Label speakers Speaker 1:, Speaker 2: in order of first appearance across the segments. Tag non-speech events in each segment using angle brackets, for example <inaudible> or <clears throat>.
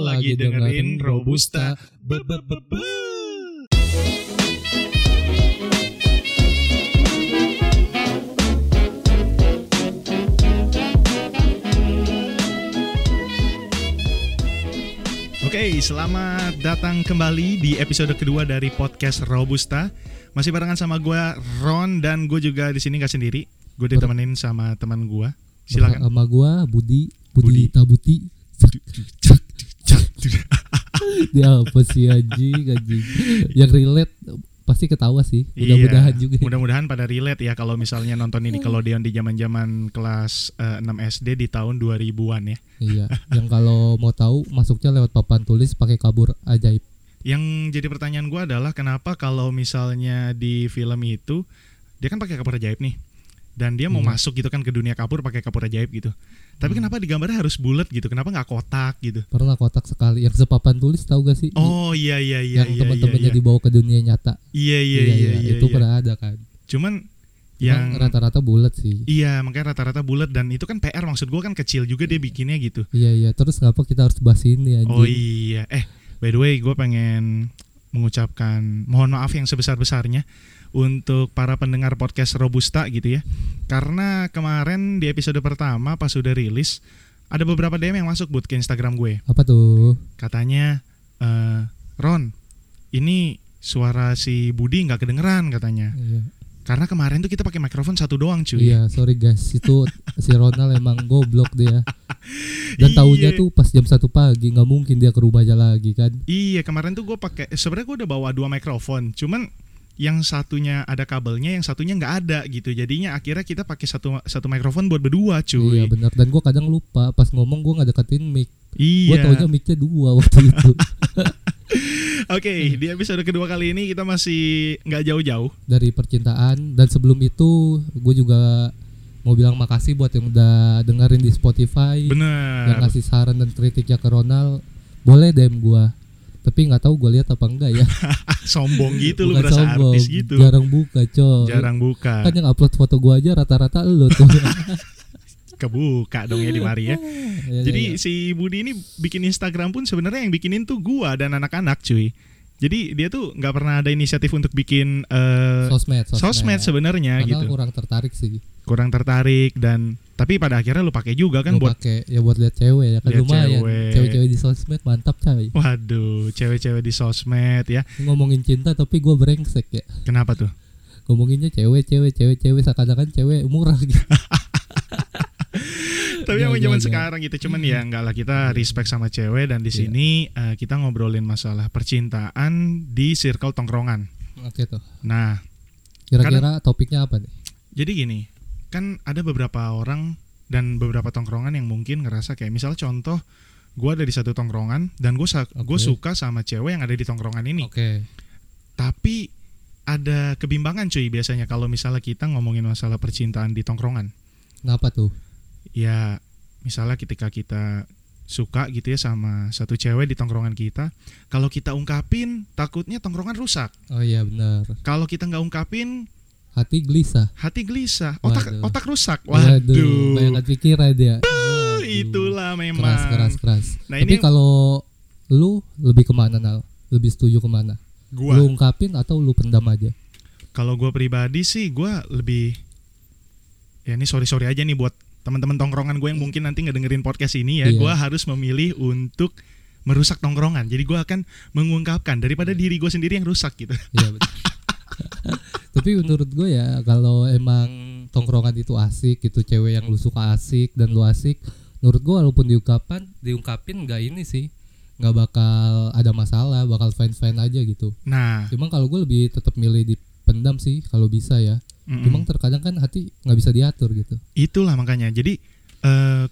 Speaker 1: lagi dengerin Robusta.
Speaker 2: Be- be- be- be.
Speaker 1: Oke, selamat datang kembali di episode kedua dari podcast Robusta. Masih barengan sama gue Ron dan gue juga di sini gak sendiri. Gue ditemenin sama teman gue. Silakan.
Speaker 2: Sama gua Budi,
Speaker 1: ya.
Speaker 2: Budi,
Speaker 1: Budi.
Speaker 2: Tabuti. Cak, cak, cak. Dia apa sih anjing, anjing. Yang relate pasti ketawa sih.
Speaker 1: Iya.
Speaker 2: Mudah-mudahan juga.
Speaker 1: Mudah-mudahan pada relate ya kalau misalnya nonton ini kalau Deon di zaman-zaman kelas eh, 6 SD di tahun 2000-an ya.
Speaker 2: iya. Yang kalau mau tahu masuknya lewat papan tulis pakai kabur ajaib.
Speaker 1: Yang jadi pertanyaan gue adalah kenapa kalau misalnya di film itu dia kan pakai kapur ajaib nih dan dia mau
Speaker 2: Hmm.
Speaker 1: masuk gitu kan ke dunia kapur pakai kapur ajaib gitu. Tapi
Speaker 2: Hmm.
Speaker 1: kenapa di gambarnya harus bulat gitu? Kenapa nggak kotak gitu?
Speaker 2: Pernah kotak sekali yang sepapan tulis tahu gak sih?
Speaker 1: Oh iya iya iya
Speaker 2: yang
Speaker 1: iya
Speaker 2: teman-temannya
Speaker 1: iya,
Speaker 2: dibawa ke dunia nyata.
Speaker 1: iya iya iya iya,
Speaker 2: itu
Speaker 1: iya.
Speaker 2: pernah ada kan.
Speaker 1: Cuman yang
Speaker 2: Yang rata-rata bulat sih.
Speaker 1: iya makanya rata-rata bulat dan itu kan PR maksud gue kan kecil juga dia bikinnya gitu.
Speaker 2: Iya iya, terus kenapa kita harus bahas ini anjing?
Speaker 1: Oh iya, eh by the way gue pengen mengucapkan mohon maaf yang sebesar-besarnya untuk para pendengar podcast Robusta gitu ya. Karena kemarin di episode pertama pas sudah rilis ada beberapa DM yang masuk buat ke Instagram gue.
Speaker 2: Apa tuh?
Speaker 1: Katanya eh, Ron, ini suara si Budi nggak kedengeran katanya.
Speaker 2: Iya.
Speaker 1: Karena kemarin tuh kita pakai mikrofon satu doang cuy.
Speaker 2: Iya, sorry guys, itu si Ronald emang goblok dia. Dan taunya
Speaker 1: Iya.
Speaker 2: tuh pas jam satu pagi nggak mungkin dia ke rumahnya lagi kan?
Speaker 1: Iya kemarin tuh gue pakai sebenarnya gue udah bawa dua mikrofon cuman yang satunya ada kabelnya yang satunya nggak ada gitu jadinya akhirnya kita pakai satu satu mikrofon buat berdua
Speaker 2: Iya
Speaker 1: cuy
Speaker 2: benar. Dan gua kadang lupa pas ngomong gua nggak deketin mic. Gua
Speaker 1: iya
Speaker 2: taunya micnya dua waktu itu. <laughs>
Speaker 1: oke
Speaker 2: Iya.
Speaker 1: di episode kedua kali ini kita masih nggak jauh-jauh
Speaker 2: Dari percintaan dan sebelum itu gue juga mau bilang makasih buat yang udah dengerin di Spotify yang
Speaker 1: bener
Speaker 2: Iya. ngasih saran dan kritiknya ke Ronald. Boleh DM gua. Tapi nggak tahu gua lihat apa enggak
Speaker 1: <laughs>
Speaker 2: ya.
Speaker 1: sombong gitu lu
Speaker 2: Iya, Bukan
Speaker 1: berasa
Speaker 2: sombong, Iya.
Speaker 1: artis gitu
Speaker 2: Jarang buka, coy.
Speaker 1: jarang buka
Speaker 2: Kan yang upload foto gua aja rata-rata lu
Speaker 1: <laughs>
Speaker 2: tuh.
Speaker 1: kebuka dong ya di mari ya
Speaker 2: Iya,
Speaker 1: Jadi
Speaker 2: iya, iya.
Speaker 1: si Budi ini bikin Instagram pun sebenarnya yang bikinin tuh gua dan anak-anak cuy. Jadi dia tuh nggak pernah ada inisiatif untuk bikin eh,
Speaker 2: sosmed,
Speaker 1: sosmed, sebenarnya
Speaker 2: Karena
Speaker 1: gitu.
Speaker 2: kurang tertarik sih.
Speaker 1: Kurang tertarik dan tapi pada akhirnya lu pakai juga kan
Speaker 2: Kan
Speaker 1: buat
Speaker 2: pakai ya buat lihat cewek ya kan
Speaker 1: Lihat
Speaker 2: lumayan.
Speaker 1: cewek.
Speaker 2: Cewek-cewek di sosmed mantap coy.
Speaker 1: waduh, cewek-cewek di sosmed ya.
Speaker 2: Ngomongin cinta tapi gua brengsek ya.
Speaker 1: Kenapa
Speaker 2: <laughs>
Speaker 1: tuh?
Speaker 2: Ngomonginnya cewek, cewek, cewek, cewek seakan-akan cewek murah gitu.
Speaker 1: tapi yang
Speaker 2: Iya,
Speaker 1: zaman
Speaker 2: iya, iya.
Speaker 1: sekarang gitu cuman ya enggak lah kita respect sama cewek dan di
Speaker 2: Iya.
Speaker 1: sini eh, kita ngobrolin masalah percintaan di circle tongkrongan.
Speaker 2: Oke tuh.
Speaker 1: Nah,
Speaker 2: Kira-kira topiknya apa nih?
Speaker 1: Jadi gini, kan ada beberapa orang dan beberapa tongkrongan yang mungkin ngerasa kayak misal contoh gue ada di satu tongkrongan dan gue gue
Speaker 2: Oke.
Speaker 1: suka sama cewek yang ada di tongkrongan ini,
Speaker 2: Oke.
Speaker 1: tapi ada kebimbangan cuy biasanya kalau misalnya kita ngomongin masalah percintaan di tongkrongan.
Speaker 2: Kenapa tuh?
Speaker 1: Ya misalnya ketika kita suka gitu ya sama satu cewek di tongkrongan kita, kalau kita ungkapin takutnya tongkrongan rusak.
Speaker 2: Oh iya benar.
Speaker 1: Kalau kita nggak ungkapin
Speaker 2: Hati gelisah.
Speaker 1: hati gelisah, otak
Speaker 2: Waduh.
Speaker 1: otak rusak.
Speaker 2: Waduh,
Speaker 1: Waduh.
Speaker 2: bayangkan pikiran dia.
Speaker 1: Eh,
Speaker 2: Waduh.
Speaker 1: itulah memang.
Speaker 2: keras keras keras.
Speaker 1: Nah,
Speaker 2: Tapi
Speaker 1: ini-
Speaker 2: kalau lu lebih kemana Nal? Lebih setuju kemana?
Speaker 1: Gua
Speaker 2: Lu ungkapin atau lu pendam aja?
Speaker 1: kalau gua pribadi sih gua lebih ya ini sorry sorry aja nih buat teman-teman tongkrongan gue yang mungkin nanti ngedengerin podcast ini ya,
Speaker 2: Iya.
Speaker 1: gua harus memilih untuk merusak tongkrongan. Jadi gua akan mengungkapkan daripada diri gue sendiri yang rusak gitu.
Speaker 2: Iya
Speaker 1: <laughs>
Speaker 2: betul. Tapi menurut gue ya kalau emang tongkrongan itu asik gitu cewek yang lu suka asik dan lu asik, menurut gue walaupun diungkapkan diungkapin nggak ini sih nggak bakal ada masalah bakal fine fine aja gitu.
Speaker 1: Nah,
Speaker 2: Cuman kalau gue lebih tetap milih dipendam sih kalau bisa ya.
Speaker 1: mm-mm.
Speaker 2: Cuman terkadang kan hati nggak bisa diatur gitu.
Speaker 1: itulah makanya. Jadi eh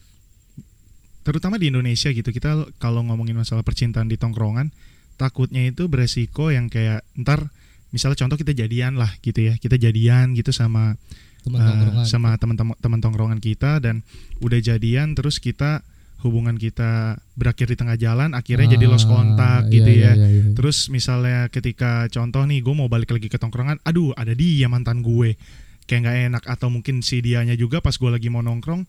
Speaker 1: terutama di Indonesia gitu kita kalau ngomongin masalah percintaan di tongkrongan takutnya itu beresiko yang kayak ntar misalnya contoh kita jadian lah gitu ya kita jadian gitu sama
Speaker 2: Teman
Speaker 1: Eh,
Speaker 2: tongkrongan.
Speaker 1: sama teman-teman teman tongkrongan kita dan udah jadian terus kita hubungan kita berakhir di tengah jalan akhirnya jadi lost
Speaker 2: Ah,
Speaker 1: kontak
Speaker 2: iya,
Speaker 1: gitu
Speaker 2: iya,
Speaker 1: ya
Speaker 2: iya, iya.
Speaker 1: terus misalnya ketika contoh nih gue mau balik lagi ke tongkrongan aduh ada dia mantan gue kayak nggak enak atau mungkin si dianya juga pas gue lagi mau nongkrong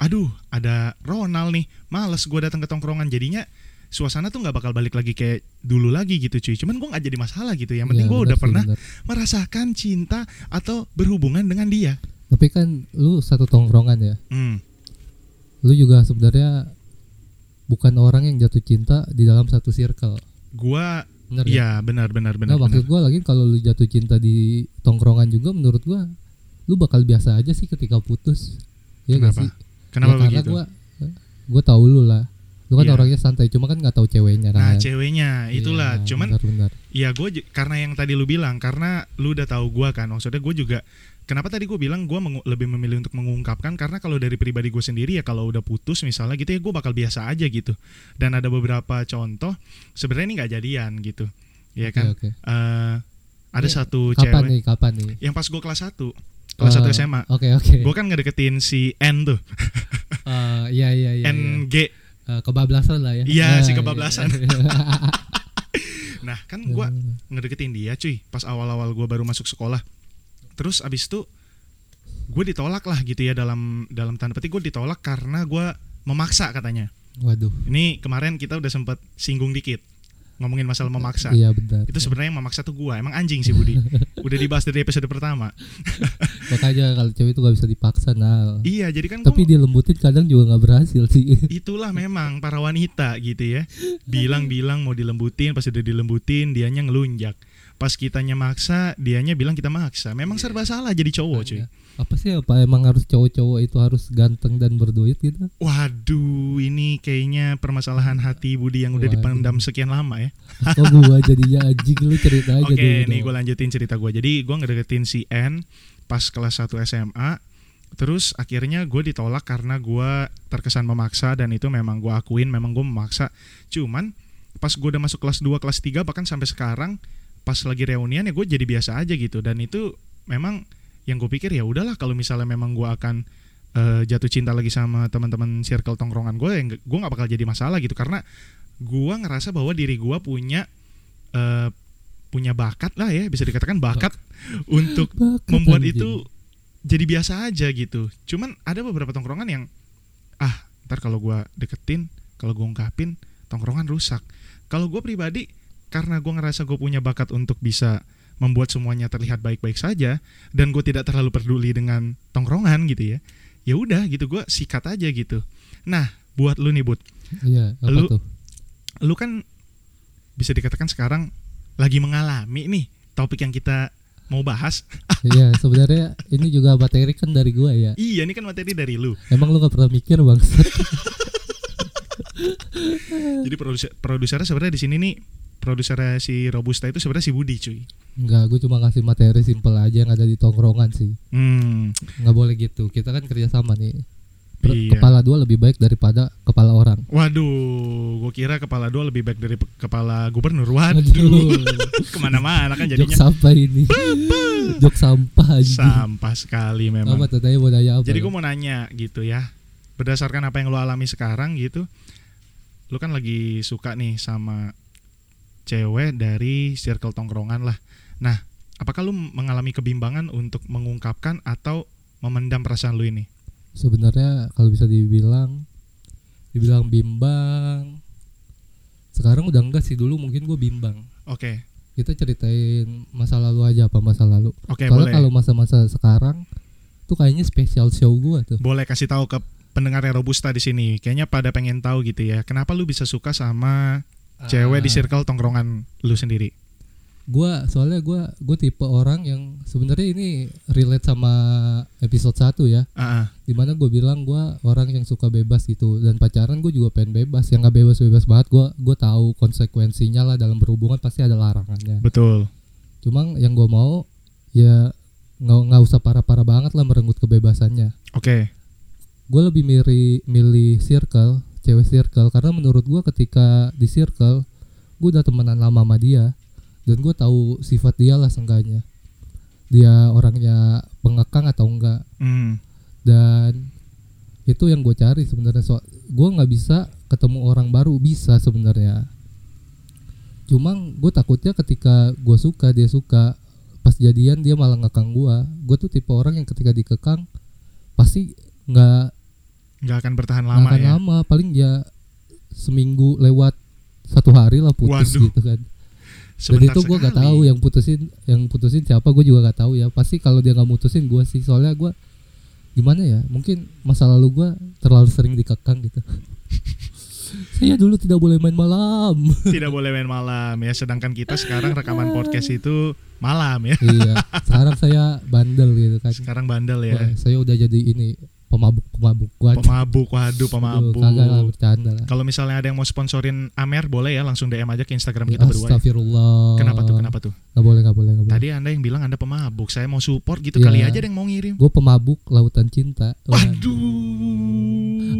Speaker 1: aduh ada Ronald nih males gue datang ke tongkrongan jadinya suasana tuh nggak bakal balik lagi kayak dulu lagi gitu cuy cuman gue nggak jadi masalah gitu yang penting gue udah
Speaker 2: benar Iya, sih,
Speaker 1: pernah
Speaker 2: benar.
Speaker 1: merasakan cinta atau berhubungan dengan dia
Speaker 2: Tapi kan lu satu tongkrongan ya.
Speaker 1: hmm.
Speaker 2: Lu juga sebenarnya bukan orang yang jatuh cinta di dalam satu circle.
Speaker 1: gue
Speaker 2: Bener ya?
Speaker 1: ya benar benar benar,
Speaker 2: nah,
Speaker 1: benar.
Speaker 2: maksud gua lagi kalau lu jatuh cinta di tongkrongan juga menurut gua lu bakal biasa aja sih ketika putus. Ya nggak
Speaker 1: Kenapa?
Speaker 2: sih?
Speaker 1: kenapa
Speaker 2: ya,
Speaker 1: begitu
Speaker 2: Karena gua gua tahu lu lah. Lu kan
Speaker 1: Iya.
Speaker 2: orangnya santai, cuma kan nggak tahu ceweknya
Speaker 1: nah
Speaker 2: kan.
Speaker 1: ceweknya itulah
Speaker 2: Iya,
Speaker 1: cuman
Speaker 2: benar-benar.
Speaker 1: Ya gue ju- karena yang tadi lu bilang karena lu udah tahu gue kan maksudnya gue juga kenapa tadi gue bilang gue mengu- lebih memilih untuk mengungkapkan karena kalau dari pribadi gue sendiri ya kalau udah putus misalnya gitu ya gue bakal biasa aja gitu dan ada beberapa contoh sebenarnya ini nggak jadian gitu ya
Speaker 2: Oke,
Speaker 1: kan
Speaker 2: oke.
Speaker 1: Eh, ada
Speaker 2: Ini
Speaker 1: satu
Speaker 2: Kapan
Speaker 1: cewek
Speaker 2: nih? Kapan nih?
Speaker 1: yang pas gue kelas 1 kelas 1
Speaker 2: Eh,
Speaker 1: SMA
Speaker 2: Oke, oke.
Speaker 1: gue kan ngedeketin si N tuh
Speaker 2: Eh, iya, iya, iya. iya.
Speaker 1: NG
Speaker 2: Eh, kebablasan lah ya.
Speaker 1: Iya,
Speaker 2: Ah,
Speaker 1: si
Speaker 2: <laughs>
Speaker 1: kebablasan.
Speaker 2: iya,
Speaker 1: nah kan
Speaker 2: iya.
Speaker 1: gue ngedeketin dia cuy pas awal-awal gue baru masuk sekolah terus abis itu gue ditolak lah gitu ya dalam dalam tanda petik gue ditolak karena gue memaksa katanya
Speaker 2: Waduh.
Speaker 1: ini kemarin kita udah sempet singgung dikit ngomongin masalah memaksa
Speaker 2: Iya benar.
Speaker 1: itu sebenarnya yang memaksa tuh gue emang anjing sih
Speaker 2: <laughs>
Speaker 1: Budi udah dibahas dari episode pertama
Speaker 2: Makanya kalau cewek itu gak bisa dipaksa nah.
Speaker 1: iya jadi kan
Speaker 2: Tapi
Speaker 1: gua,
Speaker 2: dilembutin kadang juga nggak berhasil <laughs> sih.
Speaker 1: itulah memang para wanita gitu ya bilang-bilang mau dilembutin pas udah dilembutin dianya ngelunjak pas kitanya maksa dianya bilang kita maksa memang
Speaker 2: Iya.
Speaker 1: serba salah jadi cowok cuy
Speaker 2: Apa sih apa emang harus cowok-cowok itu harus ganteng dan berduit gitu?
Speaker 1: Waduh, ini kayaknya permasalahan hati Budi yang udah
Speaker 2: Waduh.
Speaker 1: dipendam sekian lama ya.
Speaker 2: Kok
Speaker 1: <laughs>
Speaker 2: gua jadinya anjing lu cerita aja gitu.
Speaker 1: Oke, nih
Speaker 2: dulu dong.
Speaker 1: gue lanjutin cerita gue. Jadi gue ngedeketin si N pas kelas 1 SMA. Terus akhirnya gue ditolak karena gue terkesan memaksa dan itu memang gue akuin, memang gue memaksa. Cuman pas gue udah masuk kelas 2, kelas 3 bahkan sampai sekarang pas lagi reunian ya gue jadi biasa aja gitu dan itu memang yang gue pikir ya udahlah kalau misalnya memang gue akan eh, jatuh cinta lagi sama teman-teman circle tongkrongan gue yang gue nggak bakal jadi masalah gitu karena gue ngerasa bahwa diri gue punya eh, punya bakat lah ya bisa dikatakan bakat untuk
Speaker 2: Bakat
Speaker 1: membuat
Speaker 2: anjing.
Speaker 1: itu jadi biasa aja gitu cuman ada beberapa tongkrongan yang ah ntar kalau gue deketin kalau gue ungkapin tongkrongan rusak kalau gue pribadi karena gue ngerasa gue punya bakat untuk bisa membuat semuanya terlihat baik-baik saja dan gue tidak terlalu peduli dengan tongkrongan gitu ya ya udah gitu gue sikat aja gitu nah buat lu nih bud
Speaker 2: Iya, apa
Speaker 1: Lu-
Speaker 2: tuh?
Speaker 1: lu kan bisa dikatakan sekarang lagi mengalami nih topik yang kita mau bahas
Speaker 2: Iya, sebenarnya ini juga materi kan dari gua ya.
Speaker 1: iya ini kan materi dari lu
Speaker 2: Emang lu gak pernah mikir bang? <laughs>
Speaker 1: jadi produser produsernya sebenarnya di sini nih produsernya si Robusta itu sebenarnya si Budi cuy
Speaker 2: Enggak, gua cuma ngasih materi simpel aja yang ada di tongkrongan sih.
Speaker 1: hmm
Speaker 2: nggak boleh gitu kita kan kerjasama nih Per-
Speaker 1: Iya.
Speaker 2: kepala dua lebih baik daripada kepala orang
Speaker 1: waduh gue kira kepala dua lebih baik dari pe- kepala gubernur waduh <laughs> kemana-mana kan
Speaker 2: jok
Speaker 1: jadinya
Speaker 2: sampah ini jok sampah aja
Speaker 1: sampah sekali
Speaker 2: apa
Speaker 1: memang
Speaker 2: tuh tanya mau nanya apa ya?
Speaker 1: Jadi gue mau nanya gitu ya, berdasarkan apa yang lo alami sekarang gitu, lo kan lagi suka nih sama cewek dari circle tongkrongan lah. Nah, apakah lo mengalami kebimbangan untuk mengungkapkan atau memendam perasaan lo ini?
Speaker 2: sebenarnya kalau bisa dibilang dibilang bimbang sekarang udah enggak sih dulu mungkin gue bimbang
Speaker 1: Oke,
Speaker 2: kita ceritain masa lalu aja apa masa lalu
Speaker 1: oke boleh,
Speaker 2: Soalnya kalau masa-masa sekarang tuh kayaknya spesial show gue tuh
Speaker 1: boleh kasih tahu ke pendengarnya robusta di sini. Kayaknya pada pengen tahu gitu ya, kenapa lo bisa suka sama cewek di
Speaker 2: Ah.
Speaker 1: circle tongkrongan lo sendiri?
Speaker 2: gua soalnya gua gue tipe orang yang sebenarnya ini relate sama episode 1 ya
Speaker 1: Ah, ah.
Speaker 2: dimana gue bilang gua orang yang suka bebas gitu dan pacaran gue juga pengen bebas yang nggak bebas bebas banget gua gue tahu konsekuensinya lah dalam berhubungan pasti ada larangannya
Speaker 1: betul.
Speaker 2: cuma yang gua mau ya nggak nggak usah parah parah banget lah merenggut kebebasannya
Speaker 1: Oke,
Speaker 2: gue lebih milih milih circle cewek circle karena menurut gua ketika di circle gue udah temenan lama sama dia dan gue tahu sifat dia lah seenggaknya dia orangnya pengekang atau enggak
Speaker 1: Hmm,
Speaker 2: dan itu yang gue cari sebenarnya so gue nggak bisa ketemu orang baru bisa sebenarnya cuma gue takutnya ketika gue suka dia suka pas jadian dia malah ngekang gue gue tuh tipe orang yang ketika dikekang pasti nggak
Speaker 1: nggak akan bertahan
Speaker 2: lama
Speaker 1: lama ya.
Speaker 2: lama paling ya seminggu lewat satu hari lah putus
Speaker 1: Waduh.
Speaker 2: gitu kan dan
Speaker 1: Sebentar
Speaker 2: itu gue gak
Speaker 1: sekali.
Speaker 2: tahu ya. yang putusin yang putusin siapa gue juga gak tahu ya pasti kalau dia gak mutusin gue sih soalnya gue gimana ya mungkin masa lalu gue terlalu sering dikekang
Speaker 1: <laughs>
Speaker 2: gitu saya dulu tidak boleh main malam
Speaker 1: <laughs> Tidak boleh main malam ya. Sedangkan kita sekarang
Speaker 2: Ah.
Speaker 1: rekaman podcast itu malam ya.
Speaker 2: iya sekarang saya bandel gitu kan
Speaker 1: Sekarang bandel ya.
Speaker 2: Wah, saya udah jadi ini pemabuk pemabuk gue
Speaker 1: Pemabuk, waduh pemabuk.
Speaker 2: kagak lah bercanda lah
Speaker 1: Kalau misalnya ada yang mau sponsorin Amer boleh ya langsung DM aja ke Instagram kita berdua. ya.
Speaker 2: Astagfirullah
Speaker 1: Kenapa tuh? Kenapa tuh?
Speaker 2: Gak boleh gak boleh gak boleh
Speaker 1: Tadi Anda yang bilang Anda pemabuk. Saya mau support gitu
Speaker 2: Iya.
Speaker 1: kali aja ada yang mau ngirim.
Speaker 2: Gue pemabuk lautan cinta Wah,
Speaker 1: Waduh.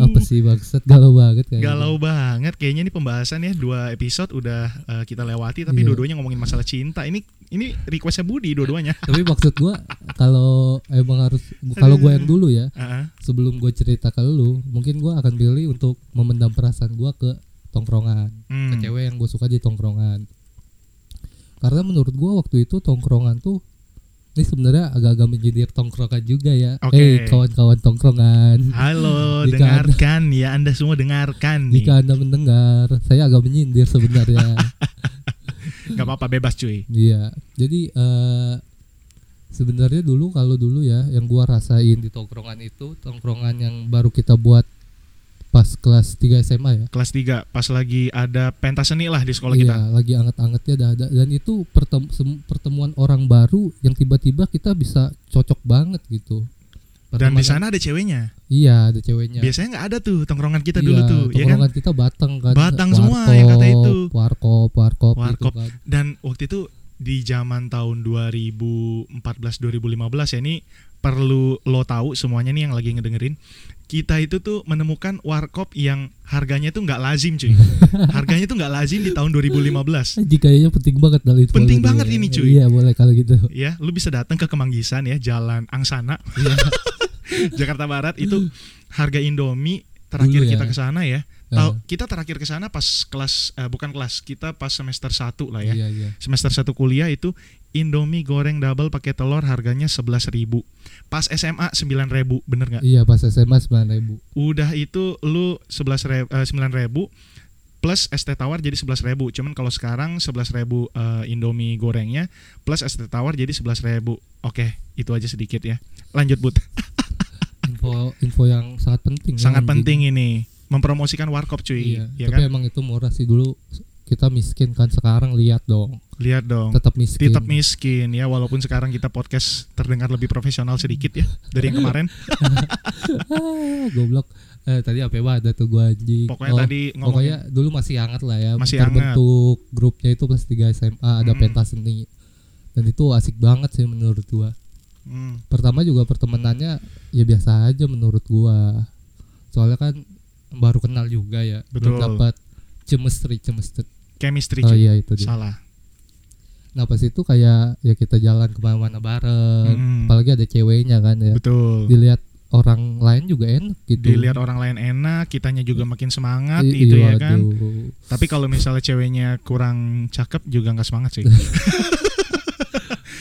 Speaker 2: Apa sih maksud galau banget kayaknya
Speaker 1: Galau banget kayaknya ini pembahasan ya dua episode udah eh, kita lewati tapi
Speaker 2: Iya.
Speaker 1: dua-duanya ngomongin masalah cinta. Ini ini requestnya Budi dua-duanya.
Speaker 2: tapi maksud gua kalau emang harus kalau gua yang dulu ya
Speaker 1: Heeh.
Speaker 2: sebelum gua cerita ke lu mungkin gua akan pilih untuk memendam perasaan gua ke tongkrongan
Speaker 1: Hmm.
Speaker 2: ke cewek yang gua suka di tongkrongan karena menurut gua waktu itu tongkrongan tuh ini sebenarnya agak-agak menjadi tongkrongan juga ya
Speaker 1: Oke.
Speaker 2: Eh, kawan-kawan tongkrongan
Speaker 1: Halo,
Speaker 2: Jika
Speaker 1: dengarkan ya Anda semua dengarkan nih.
Speaker 2: jika anda mendengar saya agak menyindir
Speaker 1: <laughs>
Speaker 2: sebenarnya
Speaker 1: Gak apa-apa bebas cuy.
Speaker 2: Iya, jadi eh sebenarnya dulu kalau dulu ya yang gua rasain di tongkrongan itu tongkrongan yang baru kita buat pas kelas 3 SMA ya.
Speaker 1: Kelas 3 pas lagi ada pentas seni lah di sekolah
Speaker 2: iya,
Speaker 1: kita.
Speaker 2: lagi anget-angetnya dah, dah. dan itu pertem- sem- pertemuan orang baru yang tiba-tiba kita bisa cocok banget gitu.
Speaker 1: Dan di
Speaker 2: Pertemanan-
Speaker 1: sana ada ceweknya.
Speaker 2: iya ada ceweknya.
Speaker 1: Biasanya nggak ada tuh tongkrongan kita dulu
Speaker 2: Iya,
Speaker 1: tuh, ya kan?
Speaker 2: tongkrongan kita batang kan.
Speaker 1: Batang semua yang kata itu.
Speaker 2: Warkop, warkop,
Speaker 1: Warkop.
Speaker 2: gitu kan.
Speaker 1: Dan waktu itu di zaman tahun 2014 2015 ya ini perlu lo tahu semuanya nih yang lagi ngedengerin kita itu tuh menemukan warkop yang harganya tuh nggak lazim
Speaker 2: <laughs>
Speaker 1: cuy harganya tuh nggak lazim di tahun 2015
Speaker 2: Anjing, kayaknya Eh, penting banget dari itu.
Speaker 1: Penting
Speaker 2: boleh
Speaker 1: banget
Speaker 2: nih.
Speaker 1: ini, cuy.
Speaker 2: Iya, boleh kalau gitu.
Speaker 1: ya lu bisa datang ke Kemanggisan ya jalan Angsana
Speaker 2: Iya.
Speaker 1: <laughs> Jakarta Barat itu harga Indomie terakhir
Speaker 2: Dulu ya.
Speaker 1: kita ke sana ya.
Speaker 2: Nah.
Speaker 1: Tau- kita terakhir ke sana pas kelas eh, bukan kelas, kita pas semester 1 lah ya.
Speaker 2: Iya, iya.
Speaker 1: Semester 1 kuliah itu Indomie goreng double pakai telur harganya 11.000. Pas SMA 9.000, bener nggak?
Speaker 2: Iya pas SMA sembilan ribu.
Speaker 1: Udah itu lu 11.000 eh, 9.000 plus es teh tawar jadi 11.000. Cuman kalau sekarang 11.000 eh, Indomie gorengnya plus es teh tawar jadi 11.000. Oke, itu aja sedikit ya. Lanjut Bud.
Speaker 2: Hmm, Info info yang sangat penting. ya,
Speaker 1: sangat
Speaker 2: anjing.
Speaker 1: penting ini mempromosikan warkop cuy
Speaker 2: Iya.
Speaker 1: ya kan
Speaker 2: Tapi emang itu murah sih dulu kita miskin kan sekarang lihat dong
Speaker 1: lihat dong
Speaker 2: tetap
Speaker 1: Oh,
Speaker 2: miskin.
Speaker 1: tetap miskin ya walaupun sekarang kita podcast terdengar lebih profesional sedikit ya dari yang kemarin
Speaker 2: Ah, goblok. Eh, tadi apa ya ada tuh gua anjing.
Speaker 1: pokoknya
Speaker 2: Oh,
Speaker 1: tadi
Speaker 2: pokoknya
Speaker 1: ngomongin
Speaker 2: dulu masih hangat lah ya.
Speaker 1: Masih
Speaker 2: Terbentuk grupnya itu plus 3 SMA ada
Speaker 1: Mm.
Speaker 2: pentas seni. Dan itu asik banget sih menurut gua.
Speaker 1: hmm,
Speaker 2: Pertama juga pertemanannya
Speaker 1: Mm.
Speaker 2: ya biasa aja menurut gua. Soalnya kan baru kenal juga ya.
Speaker 1: Betul.
Speaker 2: Belum dapat chemistry chemistry
Speaker 1: chemistry
Speaker 2: Oh
Speaker 1: cuy.
Speaker 2: iya itu dia.
Speaker 1: salah
Speaker 2: Nah pas itu kayak ya kita jalan kemana-mana bareng.
Speaker 1: Mm-mm.
Speaker 2: Eh, Apalagi ada ceweknya kan ya.
Speaker 1: Hmm. betul
Speaker 2: Dilihat orang lain juga enak gitu.
Speaker 1: dilihat orang lain enak kitanya juga makin semangat
Speaker 2: I-
Speaker 1: gitu ya
Speaker 2: iya,
Speaker 1: kan
Speaker 2: aduh.
Speaker 1: tapi kalau misalnya ceweknya kurang cakep juga nggak semangat
Speaker 2: <laughs>
Speaker 1: sih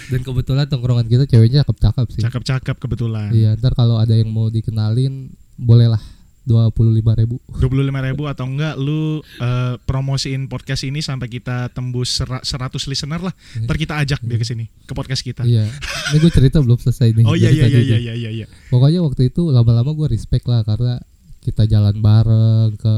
Speaker 2: Dan kebetulan tongkrongan kita ceweknya cakep-cakep sih.
Speaker 1: cakep-cakep kebetulan
Speaker 2: Iya ntar kalau ada yang mau dikenalin bolehlah dua puluh lima ribu.
Speaker 1: 25.000 atau enggak lu eh, promosiin podcast ini sampai kita tembus sera- 100 listener lah. Ntar kita ajak dia ke sini ke podcast kita.
Speaker 2: Iya. Ini gue cerita belum selesai nih.
Speaker 1: <laughs> Oh iya iya
Speaker 2: dari tadi
Speaker 1: iya
Speaker 2: nih.
Speaker 1: iya iya iya. iya.
Speaker 2: Pokoknya waktu itu lama-lama gue respect lah karena kita jalan bareng ke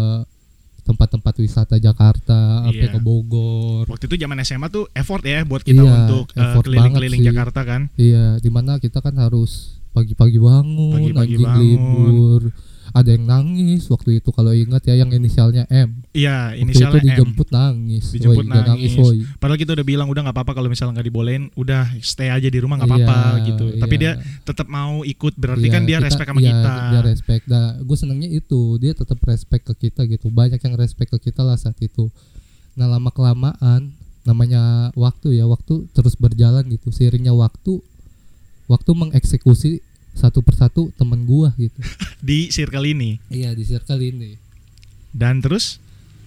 Speaker 2: tempat-tempat wisata Jakarta, sampai
Speaker 1: Iya.
Speaker 2: ke Bogor.
Speaker 1: Waktu itu zaman SMA tuh effort ya buat kita
Speaker 2: Iya,
Speaker 1: untuk eh,
Speaker 2: effort
Speaker 1: keliling-keliling
Speaker 2: banget sih.
Speaker 1: Jakarta kan.
Speaker 2: Iya, dimana kita kan harus pagi-pagi bangun,
Speaker 1: Pagi-pagi
Speaker 2: anjing
Speaker 1: bangun.
Speaker 2: libur. Ada yang nangis waktu itu kalau ingat ya yang inisialnya M.
Speaker 1: Iya,
Speaker 2: Waktu
Speaker 1: inisialnya
Speaker 2: itu
Speaker 1: M.
Speaker 2: dijemput nangis.
Speaker 1: Dijemput
Speaker 2: woi, dia
Speaker 1: nangis.
Speaker 2: woi.
Speaker 1: Padahal kita udah bilang udah nggak apa-apa kalau misalnya nggak dibolehin, udah stay aja di rumah nggak apa-apa
Speaker 2: Iya,
Speaker 1: gitu. Tapi
Speaker 2: iya.
Speaker 1: dia tetap mau ikut berarti
Speaker 2: Iya,
Speaker 1: kan dia
Speaker 2: kita-
Speaker 1: respect sama
Speaker 2: iya,
Speaker 1: kita.
Speaker 2: Dia respect. Nah, gue senangnya itu dia tetap respect ke kita gitu. Banyak yang respect ke kita lah saat itu. Nah lama kelamaan namanya waktu ya waktu terus berjalan gitu. Seiringnya waktu waktu mengeksekusi satu persatu temen gua gitu.
Speaker 1: Di circle ini.
Speaker 2: Iya di circle ini.
Speaker 1: Dan terus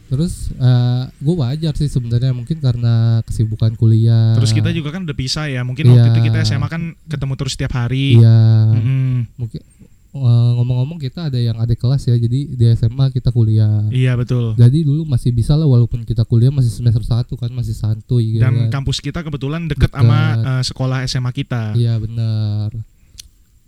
Speaker 2: Terus eh gue wajar sih sebenarnya mungkin karena kesibukan kuliah.
Speaker 1: terus kita juga kan udah pisah ya. Mungkin
Speaker 2: Ah. Iya.
Speaker 1: waktu itu kita SMA kan ketemu terus setiap hari.
Speaker 2: Iya.
Speaker 1: Mm-mm.
Speaker 2: Mungkin eh, ngomong-ngomong kita ada yang adik kelas ya. Jadi di SMA kita kuliah.
Speaker 1: Iya betul.
Speaker 2: Jadi dulu masih bisa lah walaupun kita kuliah masih semester 1 kan masih santuy gitu
Speaker 1: Dan
Speaker 2: kan.
Speaker 1: kampus kita kebetulan deket, sama
Speaker 2: Deket.
Speaker 1: eh, sekolah SMA kita.
Speaker 2: Iya benar.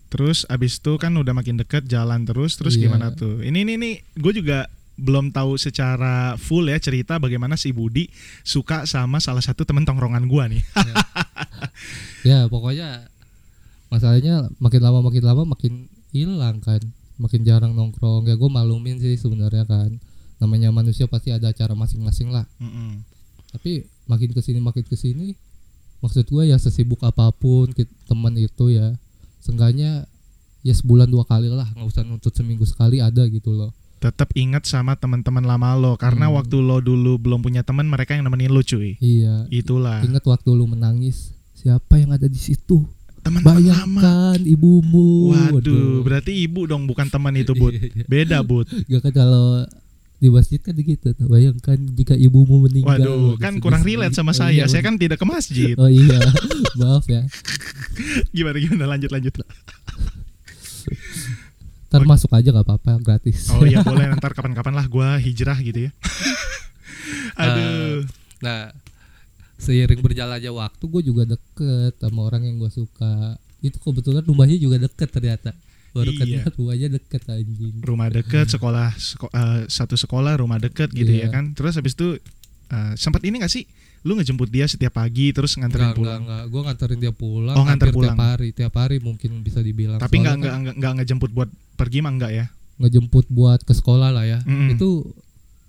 Speaker 1: Terus abis itu kan udah makin deket jalan terus terus
Speaker 2: Iya.
Speaker 1: gimana tuh? Ini ini ini gue juga belum tahu secara full ya cerita bagaimana si Budi suka sama salah satu temen tongkrongan gua nih.
Speaker 2: Ya pokoknya masalahnya makin lama makin lama makin hilang kan. Makin jarang nongkrong. Ya gue malumin sih sebenarnya kan. Namanya manusia pasti ada acara masing-masing lah.
Speaker 1: Mm-mm.
Speaker 2: tapi makin kesini makin kesini maksud gue ya sesibuk apapun kit- teman itu ya seenggaknya ya sebulan dua kali lah nggak usah nuntut seminggu sekali ada gitu loh
Speaker 1: Tetap ingat sama teman-teman lama lo karena
Speaker 2: Hmm.
Speaker 1: waktu lo dulu belum punya teman mereka yang nemenin lo cuy.
Speaker 2: iya
Speaker 1: Itulah
Speaker 2: ingat waktu lu menangis siapa yang ada di situ
Speaker 1: teman-teman lama.
Speaker 2: bayangkan ibumu
Speaker 1: Waduh, berarti ibu dong bukan teman itu, Bud.
Speaker 2: Iya,
Speaker 1: Beda, Bud.
Speaker 2: gak kan kalau di masjid kan gitu tuh bayangkan jika ibumu
Speaker 1: Waduh,
Speaker 2: meninggal
Speaker 1: kan kurang relate sama saya. Saya kan tidak ke masjid.
Speaker 2: gitu. iya, oh iya <laughs> maaf ya
Speaker 1: Gimana gimana lanjut
Speaker 2: <laughs>
Speaker 1: lanjut.
Speaker 2: ntar masuk aja gak apa-apa gratis
Speaker 1: Oh iya boleh ntar kapan-kapan lah gua hijrah
Speaker 2: <laughs>
Speaker 1: gitu ya. Aduh.
Speaker 2: Nah, seiring berjalannya waktu gue juga deket sama orang yang gue suka. Itu kebetulan rumahnya juga deket ternyata. Baru
Speaker 1: Iya.
Speaker 2: kenal rumahnya deket anjing.
Speaker 1: rumah deket, sekolah seko- eh, satu sekolah, rumah deket gitu ya
Speaker 2: Iya.
Speaker 1: kan. Terus habis itu eh, sempat ini gak sih? Lu ngejemput dia setiap pagi terus nganterin
Speaker 2: Enggak, enggak,
Speaker 1: pulang.
Speaker 2: enggak. Gue nganterin dia pulang.
Speaker 1: Oh, nganter
Speaker 2: hampir
Speaker 1: pulang.
Speaker 2: Tiap hari, tiap hari mungkin bisa dibilang.
Speaker 1: Tapi nggak
Speaker 2: Soalnya kan
Speaker 1: nggak nggak nggak ngejemput buat pergi mah enggak ya?
Speaker 2: ngejemput buat ke sekolah lah ya.
Speaker 1: Mm-mm.
Speaker 2: Itu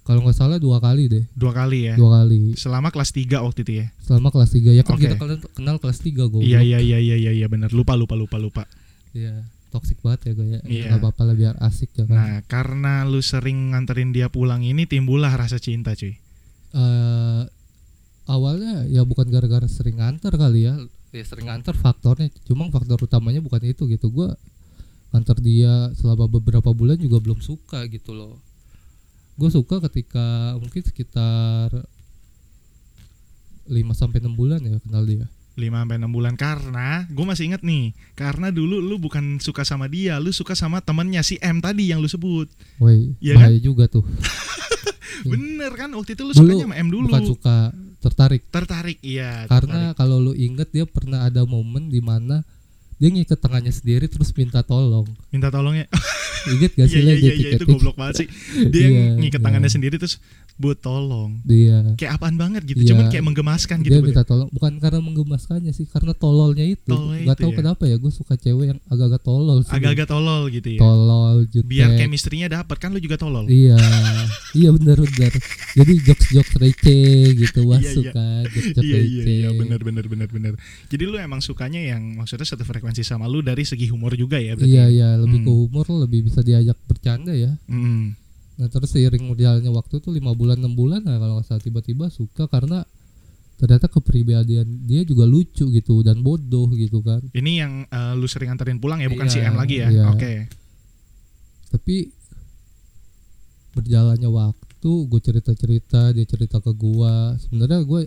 Speaker 2: kalau nggak salah dua kali deh.
Speaker 1: Dua kali ya.
Speaker 2: Dua kali.
Speaker 1: Selama kelas 3 waktu itu ya.
Speaker 2: Selama kelas 3 ya kan
Speaker 1: Oke.
Speaker 2: kita kenal, kenal kelas 3 gue.
Speaker 1: Iya iya iya iya iya iya benar. Lupa lupa lupa lupa.
Speaker 2: Iya, Toxic banget ya gue ya.
Speaker 1: Iya.
Speaker 2: Nggak apa-apa lah biar asik ya kan.
Speaker 1: Nah, karena lu sering nganterin dia pulang ini timbullah rasa cinta, cuy.
Speaker 2: eh awalnya ya bukan gara-gara sering nganter kali ya ya sering nganter faktornya cuma faktor utamanya bukan itu gitu gua nganter dia selama beberapa bulan juga belum suka gitu loh gue suka ketika mungkin sekitar 5 sampai enam bulan ya kenal dia
Speaker 1: 5 sampai 6 bulan karena gue masih inget nih, karena dulu lu bukan suka sama dia, lu suka sama temennya si M tadi yang lu sebut.
Speaker 2: woi
Speaker 1: Iya
Speaker 2: bahaya juga tuh Hmm.
Speaker 1: Bener kan? Waktu itu lu
Speaker 2: Dulu,
Speaker 1: sukanya sama M dulu.
Speaker 2: bukan suka tertarik
Speaker 1: Tertarik, iya.
Speaker 2: karena kalau lu inget dia pernah ada momen di mana dia ngikat tangannya sendiri terus minta tolong
Speaker 1: tertarik. minta tolongnya.
Speaker 2: inget gak
Speaker 1: <laughs> Iya iya
Speaker 2: sih lah
Speaker 1: iya
Speaker 2: jadi
Speaker 1: iya, itu goblok banget sih. <clears throat> Dia
Speaker 2: Iya,
Speaker 1: yang ngiket
Speaker 2: iya.
Speaker 1: tangannya sendiri terus buat tolong.
Speaker 2: dia
Speaker 1: Kayak apaan banget gitu,
Speaker 2: Iya.
Speaker 1: cuman kayak menggemaskan
Speaker 2: dia
Speaker 1: gitu. bener.
Speaker 2: minta tolong bukan karena menggemaskannya sih karena tololnya itu
Speaker 1: Tololnya
Speaker 2: nggak
Speaker 1: itu
Speaker 2: tahu
Speaker 1: ya.
Speaker 2: kenapa ya gue suka cewek yang agak-agak tolol sih
Speaker 1: Agak-agak tolol gitu ya.
Speaker 2: tolol jutek
Speaker 1: Biar chemistry-nya dapat kan lu juga tolol.
Speaker 2: iya iya benar benar jadi jokes jokes receh gitu masuk
Speaker 1: iya.
Speaker 2: kan jokes jokes
Speaker 1: Iya iya
Speaker 2: receh
Speaker 1: iya benar benar benar benar. Jadi lu emang sukanya yang maksudnya satu frekuensi sama lu dari segi humor juga ya berarti.
Speaker 2: iya iya lebih ke
Speaker 1: Hmm.
Speaker 2: humor lebih bisa diajak bercanda ya
Speaker 1: Mm.
Speaker 2: nah terus seiring berjalannya waktu tuh lima bulan enam bulan lah kalau nggak salah tiba-tiba suka karena ternyata kepribadian dia juga lucu gitu dan bodoh gitu kan
Speaker 1: Ini yang eh, lu sering anterin pulang ya bukan
Speaker 2: Iya,
Speaker 1: si M lagi ya.
Speaker 2: iya.
Speaker 1: Oke.
Speaker 2: tapi berjalannya waktu gue cerita cerita dia cerita ke gua sebenarnya gue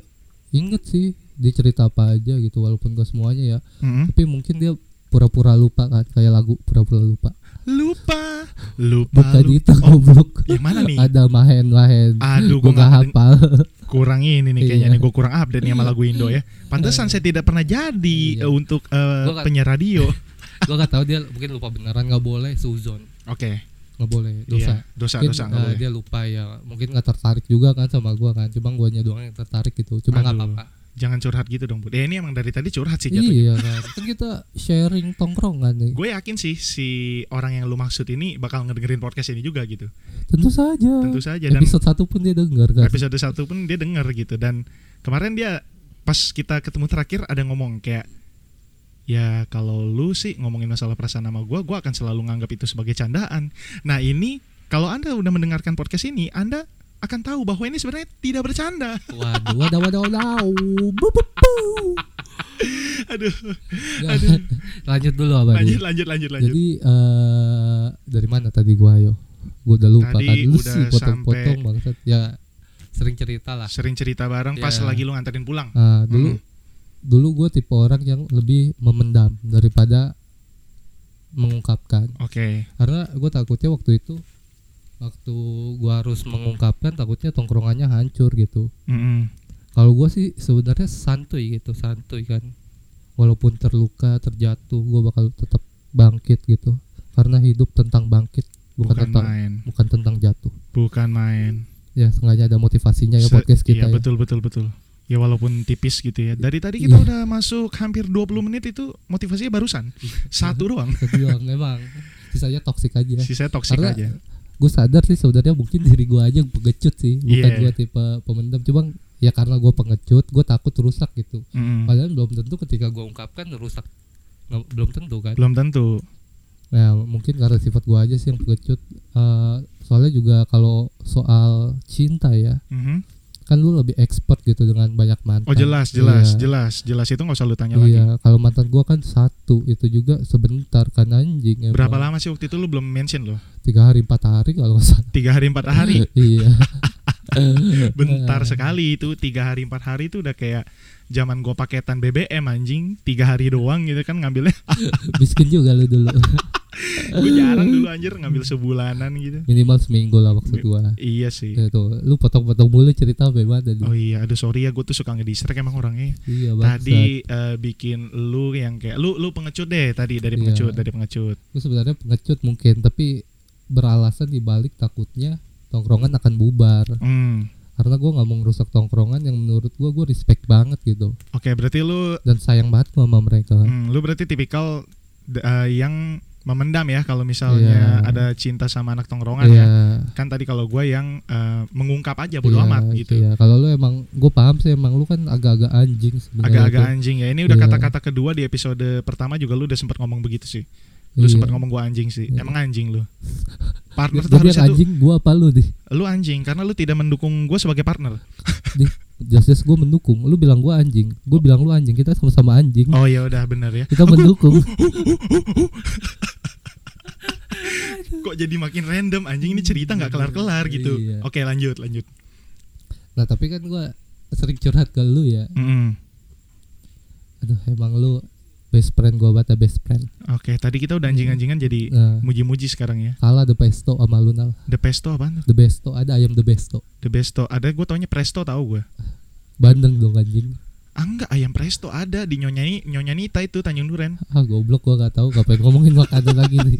Speaker 2: inget sih dia cerita apa aja gitu walaupun gak semuanya ya
Speaker 1: Mm.
Speaker 2: tapi mungkin dia pura-pura lupa kan kayak lagu pura-pura lupa
Speaker 1: Lupa. Lupa.
Speaker 2: bukan
Speaker 1: lupa.
Speaker 2: itu
Speaker 1: Oh,
Speaker 2: goblok
Speaker 1: yang mana nih?
Speaker 2: ada mahen mahen
Speaker 1: Aduh,
Speaker 2: gue
Speaker 1: gue
Speaker 2: gak <laughs> hafal
Speaker 1: kurang ini nih kayaknya
Speaker 2: Iya.
Speaker 1: nih gue kurang update nih sama lagu Indo ya. Pantesan saya tidak pernah jadi eh,
Speaker 2: Iya.
Speaker 1: untuk eh,
Speaker 2: Gua nggak-
Speaker 1: penyiar radio.
Speaker 2: gue gak tahu dia mungkin lupa beneran nggak boleh suzon
Speaker 1: Oke.
Speaker 2: nggak boleh
Speaker 1: Iya.
Speaker 2: dosa
Speaker 1: Dosa
Speaker 2: Mungkin,
Speaker 1: dosa nggak
Speaker 2: eh,
Speaker 1: boleh.
Speaker 2: dia lupa ya mungkin nggak tertarik juga kan sama gua kan cuma guanya doang yang tertarik gitu cuma nggak
Speaker 1: Aduh.
Speaker 2: apa-apa
Speaker 1: Jangan curhat gitu dong, Bu. Ya ini emang dari tadi curhat sih jatuhnya.
Speaker 2: Iya kan. kan kita sharing kan, tongkrongan nih.
Speaker 1: Gue yakin sih si orang yang lu maksud ini bakal ngedengerin podcast ini juga gitu.
Speaker 2: Tentu saja.
Speaker 1: Tentu saja dan
Speaker 2: Oh, Episode satu pun dia dengar kan.
Speaker 1: episode satu pun dia denger gitu dan kemarin dia pas kita ketemu terakhir ada ngomong kayak ya kalau lu sih ngomongin masalah perasaan sama gua gua akan selalu nganggap itu sebagai candaan nah ini kalau anda udah mendengarkan podcast ini anda akan tahu bahwa ini sebenarnya tidak bercanda
Speaker 2: Waduh, wadah, wadah, wadah. Bu, bu, bu.
Speaker 1: aduh
Speaker 2: Ya, lanjut dulu apa
Speaker 1: lanjut
Speaker 2: nih?
Speaker 1: lanjut lanjut lanjut
Speaker 2: Jadi eh dari mana tadi gua ayo? Gua udah lupa
Speaker 1: Tadi
Speaker 2: tadi, lu
Speaker 1: udah
Speaker 2: sih potong-potong banget. Ya sering cerita lah.
Speaker 1: sering cerita bareng pas
Speaker 2: Iya.
Speaker 1: lagi lu nganterin pulang
Speaker 2: Ah, dulu
Speaker 1: Hmm.
Speaker 2: dulu gua tipe orang yang lebih memendam daripada mengungkapkan
Speaker 1: Oke.
Speaker 2: karena gue takutnya waktu itu waktu gue harus mengungkapkan takutnya tongkrongannya hancur gitu
Speaker 1: Mm-mm.
Speaker 2: kalau gue sih sebenarnya santuy gitu santuy kan walaupun terluka terjatuh gue bakal tetap bangkit gitu karena hidup tentang bangkit bukan,
Speaker 1: Bukan
Speaker 2: tentang
Speaker 1: main.
Speaker 2: bukan tentang jatuh
Speaker 1: Bukan main.
Speaker 2: ya sengaja ada motivasinya ya
Speaker 1: Se-
Speaker 2: podcast
Speaker 1: iya,
Speaker 2: kita <laughs> ya
Speaker 1: betul betul betul. Ya walaupun tipis gitu ya. Dari tadi kita
Speaker 2: Iya.
Speaker 1: udah masuk hampir 20 menit itu motivasinya
Speaker 2: <laughs>
Speaker 1: barusan. Satu doang.
Speaker 2: kedua memang sisanya toksik aja
Speaker 1: Si saya toksik
Speaker 2: Iya. Karena-
Speaker 1: aja.
Speaker 2: gue sadar sih sebenarnya mungkin diri gue aja yang pengecut sih bukan
Speaker 1: Iya.
Speaker 2: gue tipe pemendam cuma ya karena gue pengecut gue takut rusak gitu
Speaker 1: Mm-mm.
Speaker 2: padahal belum tentu ketika gue ungkapkan rusak Nggak- belum tentu kan
Speaker 1: Belum tentu.
Speaker 2: Nah, mungkin karena sifat gua aja sih yang pengecut. Eh, soalnya juga kalau soal cinta ya,
Speaker 1: Mhm.
Speaker 2: kan lu lebih expert gitu dengan banyak mantan.
Speaker 1: Oh jelas jelas
Speaker 2: Iya.
Speaker 1: jelas jelas itu nggak usah lu tanya lagi.
Speaker 2: Iya, kalau mantan gua kan satu, itu juga sebentar kan anjing.
Speaker 1: Berapa
Speaker 2: emang.
Speaker 1: lama sih waktu itu lu belum mention loh?
Speaker 2: Tiga hari, empat hari kalau nggak salah.
Speaker 1: Tiga hari empat
Speaker 2: <laughs>
Speaker 1: hari.
Speaker 2: iya.
Speaker 1: Bentar
Speaker 2: Nah.
Speaker 1: sekali itu tiga hari empat hari itu udah kayak zaman gua paketan BBM anjing tiga hari doang gitu kan ngambilnya <laughs>
Speaker 2: Miskin juga lu dulu.
Speaker 1: gue jarang dulu anjir ngambil sebulanan gitu
Speaker 2: Minimal seminggu lah maksud gua.
Speaker 1: iya sih
Speaker 2: Itu, lu potong-potong mulu cerita bagaimana dulu.
Speaker 1: oh iya aduh sorry ya gue tuh suka ngedistract emang orangnya
Speaker 2: Iya, bangsat.
Speaker 1: tadi eh, bikin lu yang kayak lu lu pengecut deh tadi dari
Speaker 2: Iya.
Speaker 1: pengecut dari pengecut
Speaker 2: Gua sebenarnya pengecut mungkin, tapi beralasan dibalik takutnya tongkrongan akan bubar.
Speaker 1: hmm.
Speaker 2: karena gue nggak mau ngerusak tongkrongan yang menurut gue gue respect banget gitu
Speaker 1: oke berarti lu
Speaker 2: dan sayang banget gua sama mereka
Speaker 1: hmm, lu berarti tipikal d- eh, yang memendam ya kalau misalnya
Speaker 2: Iya.
Speaker 1: ada cinta sama anak tongkrongan
Speaker 2: Iya,
Speaker 1: ya kan tadi kalau gue yang eh, mengungkap aja bodo
Speaker 2: iya,
Speaker 1: amat gitu
Speaker 2: iya. kalau lu emang gue paham sih emang lu kan agak-agak anjing sebenarnya
Speaker 1: agak-agak
Speaker 2: tuh.
Speaker 1: anjing ya ini udah
Speaker 2: Iya.
Speaker 1: kata-kata kedua di episode pertama juga lu udah sempat ngomong begitu sih lu
Speaker 2: Iya.
Speaker 1: sempat ngomong gua anjing sih
Speaker 2: Iya.
Speaker 1: emang anjing
Speaker 2: <laughs>
Speaker 1: lu partner tuh
Speaker 2: jadi yang
Speaker 1: harusnya tuh
Speaker 2: anjing gue apa lu nih
Speaker 1: lu anjing karena lu tidak mendukung gua sebagai partner
Speaker 2: jelas-jelas gue mendukung lu bilang gue anjing gue bilang lu anjing kita sama-sama anjing
Speaker 1: oh ya udah bener ya
Speaker 2: kita
Speaker 1: <laughs>
Speaker 2: mendukung
Speaker 1: kok jadi makin random anjing ini cerita nggak kelar-kelar gitu
Speaker 2: Iya.
Speaker 1: oke lanjut lanjut
Speaker 2: nah tapi kan gue sering curhat ke lu ya
Speaker 1: Mm-mm.
Speaker 2: aduh emang lu best friend gue bata best friend
Speaker 1: oke tadi kita udah anjing-anjingan jadi
Speaker 2: nah,
Speaker 1: muji-muji sekarang ya
Speaker 2: kalah the pesto sama lu nal
Speaker 1: the pesto apa
Speaker 2: the besto ada ayam the besto
Speaker 1: the besto ada gua taunya presto tahu gua
Speaker 2: bandeng dong anjing
Speaker 1: ah enggak ayam presto ada di nyonya nyonya Nita itu Tanjung Duren
Speaker 2: ah goblok gua gak tahu ngapain ngomongin makanan lagi <laughs> nih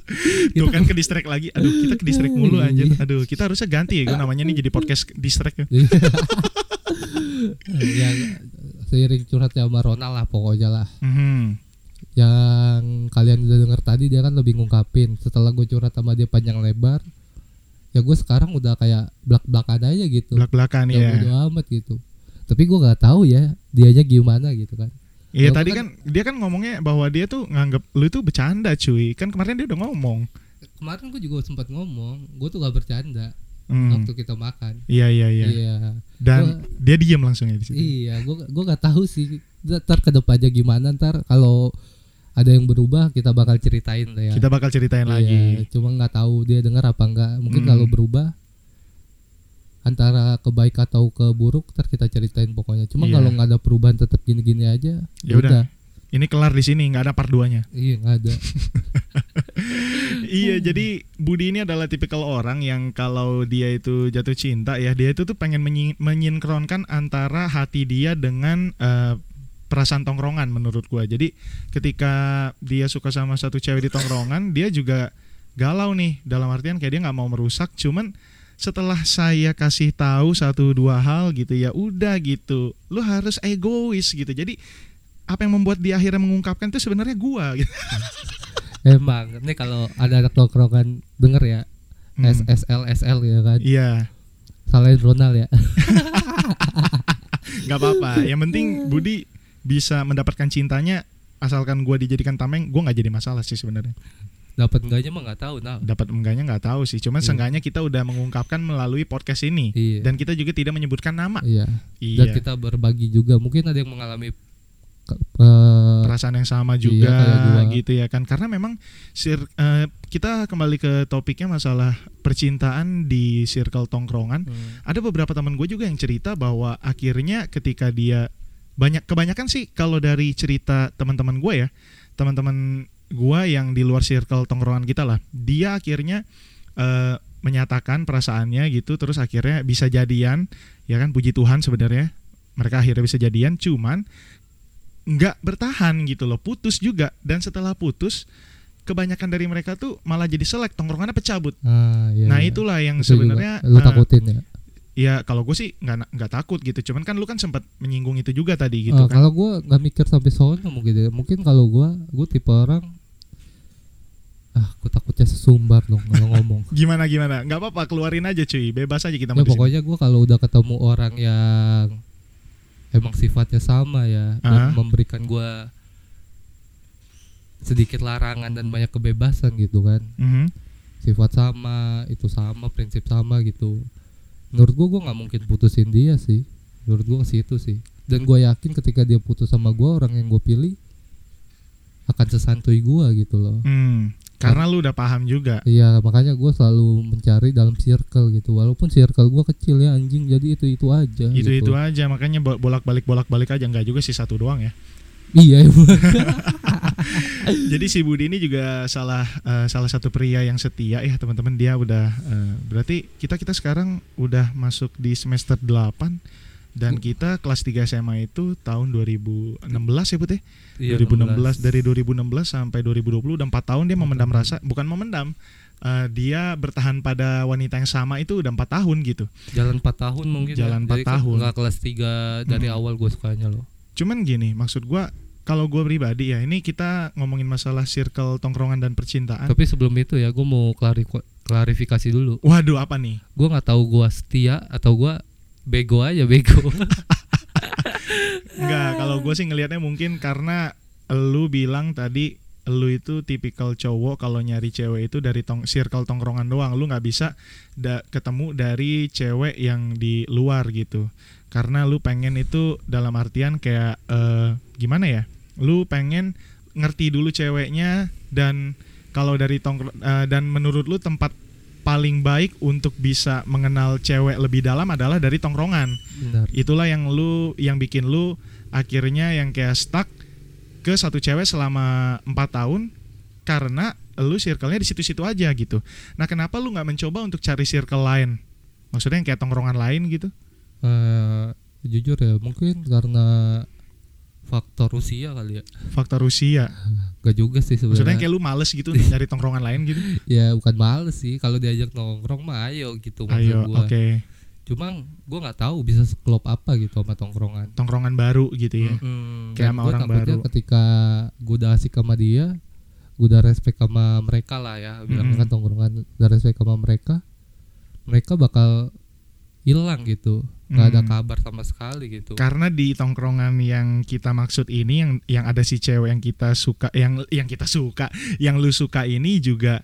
Speaker 1: Tuh kan ke distract lagi. Aduh, kita ke distract
Speaker 2: Iya,
Speaker 1: mulu anjir. Aduh, kita harusnya ganti ya gua namanya nih jadi podcast distract. ya.
Speaker 2: yang seiring curhatnya sama Ronald lah pokoknya lah
Speaker 1: Mhm.
Speaker 2: yang kalian udah denger tadi dia kan lebih ngungkapin setelah gue curhat sama dia panjang lebar ya gue sekarang udah kayak belak belakan aja gitu
Speaker 1: Belak-belakan
Speaker 2: ya
Speaker 1: ya.
Speaker 2: bodo amat gitu tapi gua gak tahu ya dianya gimana gitu kan
Speaker 1: Iya
Speaker 2: Lo
Speaker 1: tadi
Speaker 2: kan-
Speaker 1: kan dia kan ngomongnya bahwa dia tuh nganggap lu tuh bercanda cuy. Kan kemarin dia udah ngomong.
Speaker 2: kemarin gue juga sempat ngomong gue tuh gak bercanda
Speaker 1: Hmm.
Speaker 2: waktu kita makan
Speaker 1: Iya iya iya.
Speaker 2: iya
Speaker 1: Dan dia diam langsung ya di situ.
Speaker 2: Iya, gua gua gak tahu sih. Ntar ke depannya gimana ntar kalau ada yang berubah kita bakal ceritain lah ya.
Speaker 1: Kita bakal ceritain
Speaker 2: Iya,
Speaker 1: lagi.
Speaker 2: Cuma nggak tahu dia dengar apa enggak. Mungkin
Speaker 1: Mm.
Speaker 2: kalau berubah antara kebaik atau keburuk ntar kita ceritain pokoknya. Cuma
Speaker 1: Iya.
Speaker 2: kalau nggak ada perubahan tetap gini-gini aja.
Speaker 1: Ya udah. Ini kelar di sini nggak ada part 2-nya.
Speaker 2: Iya nggak ada. <laughs>
Speaker 1: iya, jadi Budi ini adalah tipikal orang yang kalau dia itu jatuh cinta ya, dia itu tuh pengen menyi- menyinkronkan antara hati dia dengan eh, perasaan tongkrongan menurut gua. Jadi ketika dia suka sama satu cewek di tongkrongan, <laughs> dia juga galau nih dalam artian kayak dia nggak mau merusak, cuman setelah saya kasih tahu satu dua hal gitu ya udah gitu lu harus egois gitu jadi apa yang membuat dia akhirnya mengungkapkan itu sebenarnya gua gitu
Speaker 2: Emang ini kalau ada anak tongkrongan denger ya
Speaker 1: Hmm.
Speaker 2: SSL SL ya kan.
Speaker 1: iya
Speaker 2: Salahin Ronald ya. <laughs>
Speaker 1: nggak apa-apa yang penting Budi bisa mendapatkan cintanya asalkan gua dijadikan tameng gua nggak jadi masalah sih sebenarnya
Speaker 2: Dapat enggaknya mah nggak tahu nah.
Speaker 1: dapat enggaknya nggak tahu sih cuman
Speaker 2: Iya.
Speaker 1: seenggaknya kita udah mengungkapkan melalui podcast ini
Speaker 2: Iya.
Speaker 1: dan kita juga tidak menyebutkan nama
Speaker 2: iya. dan
Speaker 1: iya
Speaker 2: kita berbagi juga mungkin ada yang mengalami ke- eh,
Speaker 1: perasaan yang sama
Speaker 2: Iya,
Speaker 1: juga
Speaker 2: kayak gua.
Speaker 1: gitu ya kan karena memang sir- eh, kita kembali ke topiknya masalah percintaan di circle tongkrongan
Speaker 2: hmm,
Speaker 1: ada beberapa teman gue juga yang cerita bahwa akhirnya ketika dia banyak kebanyakan sih kalau dari cerita teman-teman gue ya teman-teman gua yang di luar circle tongkrongan kita lah dia akhirnya eh, menyatakan perasaannya gitu terus akhirnya bisa jadian ya kan puji Tuhan sebenarnya mereka akhirnya bisa jadian cuman nggak bertahan gitu loh putus juga dan setelah putus kebanyakan dari mereka tuh malah jadi selek tongkrongannya pecabut
Speaker 2: Ah, iya,
Speaker 1: nah
Speaker 2: iya.
Speaker 1: itulah yang
Speaker 2: Itu juga.
Speaker 1: sebenarnya
Speaker 2: lu
Speaker 1: eh,
Speaker 2: takutin ya.
Speaker 1: ya kalau gue sih nggak na- nggak takut gitu cuman kan lu kan sempat menyinggung itu juga tadi gitu
Speaker 2: Ah,
Speaker 1: kan
Speaker 2: Kalau gue nggak mikir sampai sono mungkin ya. Mungkin kalau gue, gue tipe orang ah, gue takutnya sesumbar dong kalau
Speaker 1: <laughs>
Speaker 2: ngomong.
Speaker 1: gimana gimana nggak apa-apa keluarin aja cuy bebas aja kita
Speaker 2: ya
Speaker 1: mau di sini.
Speaker 2: pokoknya gue kalau udah ketemu orang yang emang sifatnya sama ya
Speaker 1: Aha.
Speaker 2: dan memberikan gue sedikit larangan dan banyak kebebasan gitu kan
Speaker 1: Mhm.
Speaker 2: sifat sama itu sama prinsip sama gitu menurut gue gue nggak mungkin putusin dia sih menurut gue ke situ sih dan gue yakin ketika dia putus sama gue orang yang gue pilih akan sesantui gue gitu loh
Speaker 1: Hmm, karena lu udah paham juga
Speaker 2: Iya makanya gue selalu mencari dalam circle gitu Walaupun circle gue kecil ya anjing Jadi itu-itu aja gitu.
Speaker 1: itu itu aja makanya bo- bolak-balik bolak-balik aja nggak juga sih satu doang
Speaker 2: <laughs>
Speaker 1: ya
Speaker 2: Iya emang.
Speaker 1: jadi si Budi ini juga salah eh, salah satu pria yang setia ya teman-teman dia udah eh, berarti kita kita sekarang udah masuk di semester 8 dan
Speaker 2: Hmm.
Speaker 1: kita kelas 3 SMA itu tahun 2016 ya Put ya
Speaker 2: Iya,
Speaker 1: 2016 dari 2016 sampai 2020 udah 4 tahun dia memendam rasa bukan memendam eh, dia bertahan pada wanita yang sama itu udah 4 tahun gitu
Speaker 2: jalan 4 tahun mungkin
Speaker 1: Jalan
Speaker 2: ya. Jadi
Speaker 1: empat tahun.
Speaker 2: nggak kelas 3 dari
Speaker 1: Mm.
Speaker 2: awal gue sukanya loh
Speaker 1: cuman gini maksud gua kalau gua pribadi ya ini kita ngomongin masalah circle tongkrongan dan percintaan
Speaker 2: tapi sebelum itu ya gue mau klari- klarifikasi dulu
Speaker 1: waduh apa nih
Speaker 2: gue nggak tahu gue setia atau gue bego aja
Speaker 1: <laughs>
Speaker 2: bego
Speaker 1: Enggak, kalau gue sih ngelihatnya mungkin karena lu bilang tadi lu itu tipikal cowok kalau nyari cewek itu dari tong circle tongkrongan doang lu nggak bisa da- ketemu dari cewek yang di luar gitu karena lu pengen itu dalam artian kayak eh, gimana ya lu pengen ngerti dulu ceweknya dan kalau dari tongkro eh, dan menurut lu tempat paling baik untuk bisa mengenal cewek lebih dalam adalah dari tongkrongan
Speaker 2: benar
Speaker 1: itulah yang lu yang bikin lu akhirnya yang kayak stuck ke satu cewek selama empat tahun karena lu circle-nya di situ-situ aja gitu. Nah, kenapa lu nggak mencoba untuk cari circle lain? Maksudnya yang kayak tongkrongan lain gitu?
Speaker 2: Eh, jujur ya mungkin karena faktor usia kali ya
Speaker 1: Faktor usia.
Speaker 2: gak juga sih
Speaker 1: Maksudnya yang
Speaker 2: sebenarnya
Speaker 1: kayak lu males gitu
Speaker 2: <laughs>
Speaker 1: untuk nyari tongkrongan lain gitu.
Speaker 2: ya bukan males sih kalau diajak nongkrong mah ayo gitu maksud
Speaker 1: Ayo,
Speaker 2: gua.
Speaker 1: oke.
Speaker 2: cuma gue nggak tahu bisa sekelop apa gitu sama tongkrongan
Speaker 1: Tongkrongan baru gitu ya.
Speaker 2: Mm-mm.
Speaker 1: Kayak
Speaker 2: Dan
Speaker 1: sama
Speaker 2: gua
Speaker 1: orang
Speaker 2: takutnya
Speaker 1: baru.
Speaker 2: Ketika gue udah asik sama dia, gue udah respect sama mereka lah ya. Bilang
Speaker 1: Mm-mm.
Speaker 2: kan tongkrongan udah respect sama mereka, mereka bakal hilang gitu, nggak ada
Speaker 1: Mm.
Speaker 2: kabar sama sekali gitu.
Speaker 1: Karena di tongkrongan yang kita maksud ini yang yang ada si cewek yang kita suka yang yang kita suka, yang lu suka ini juga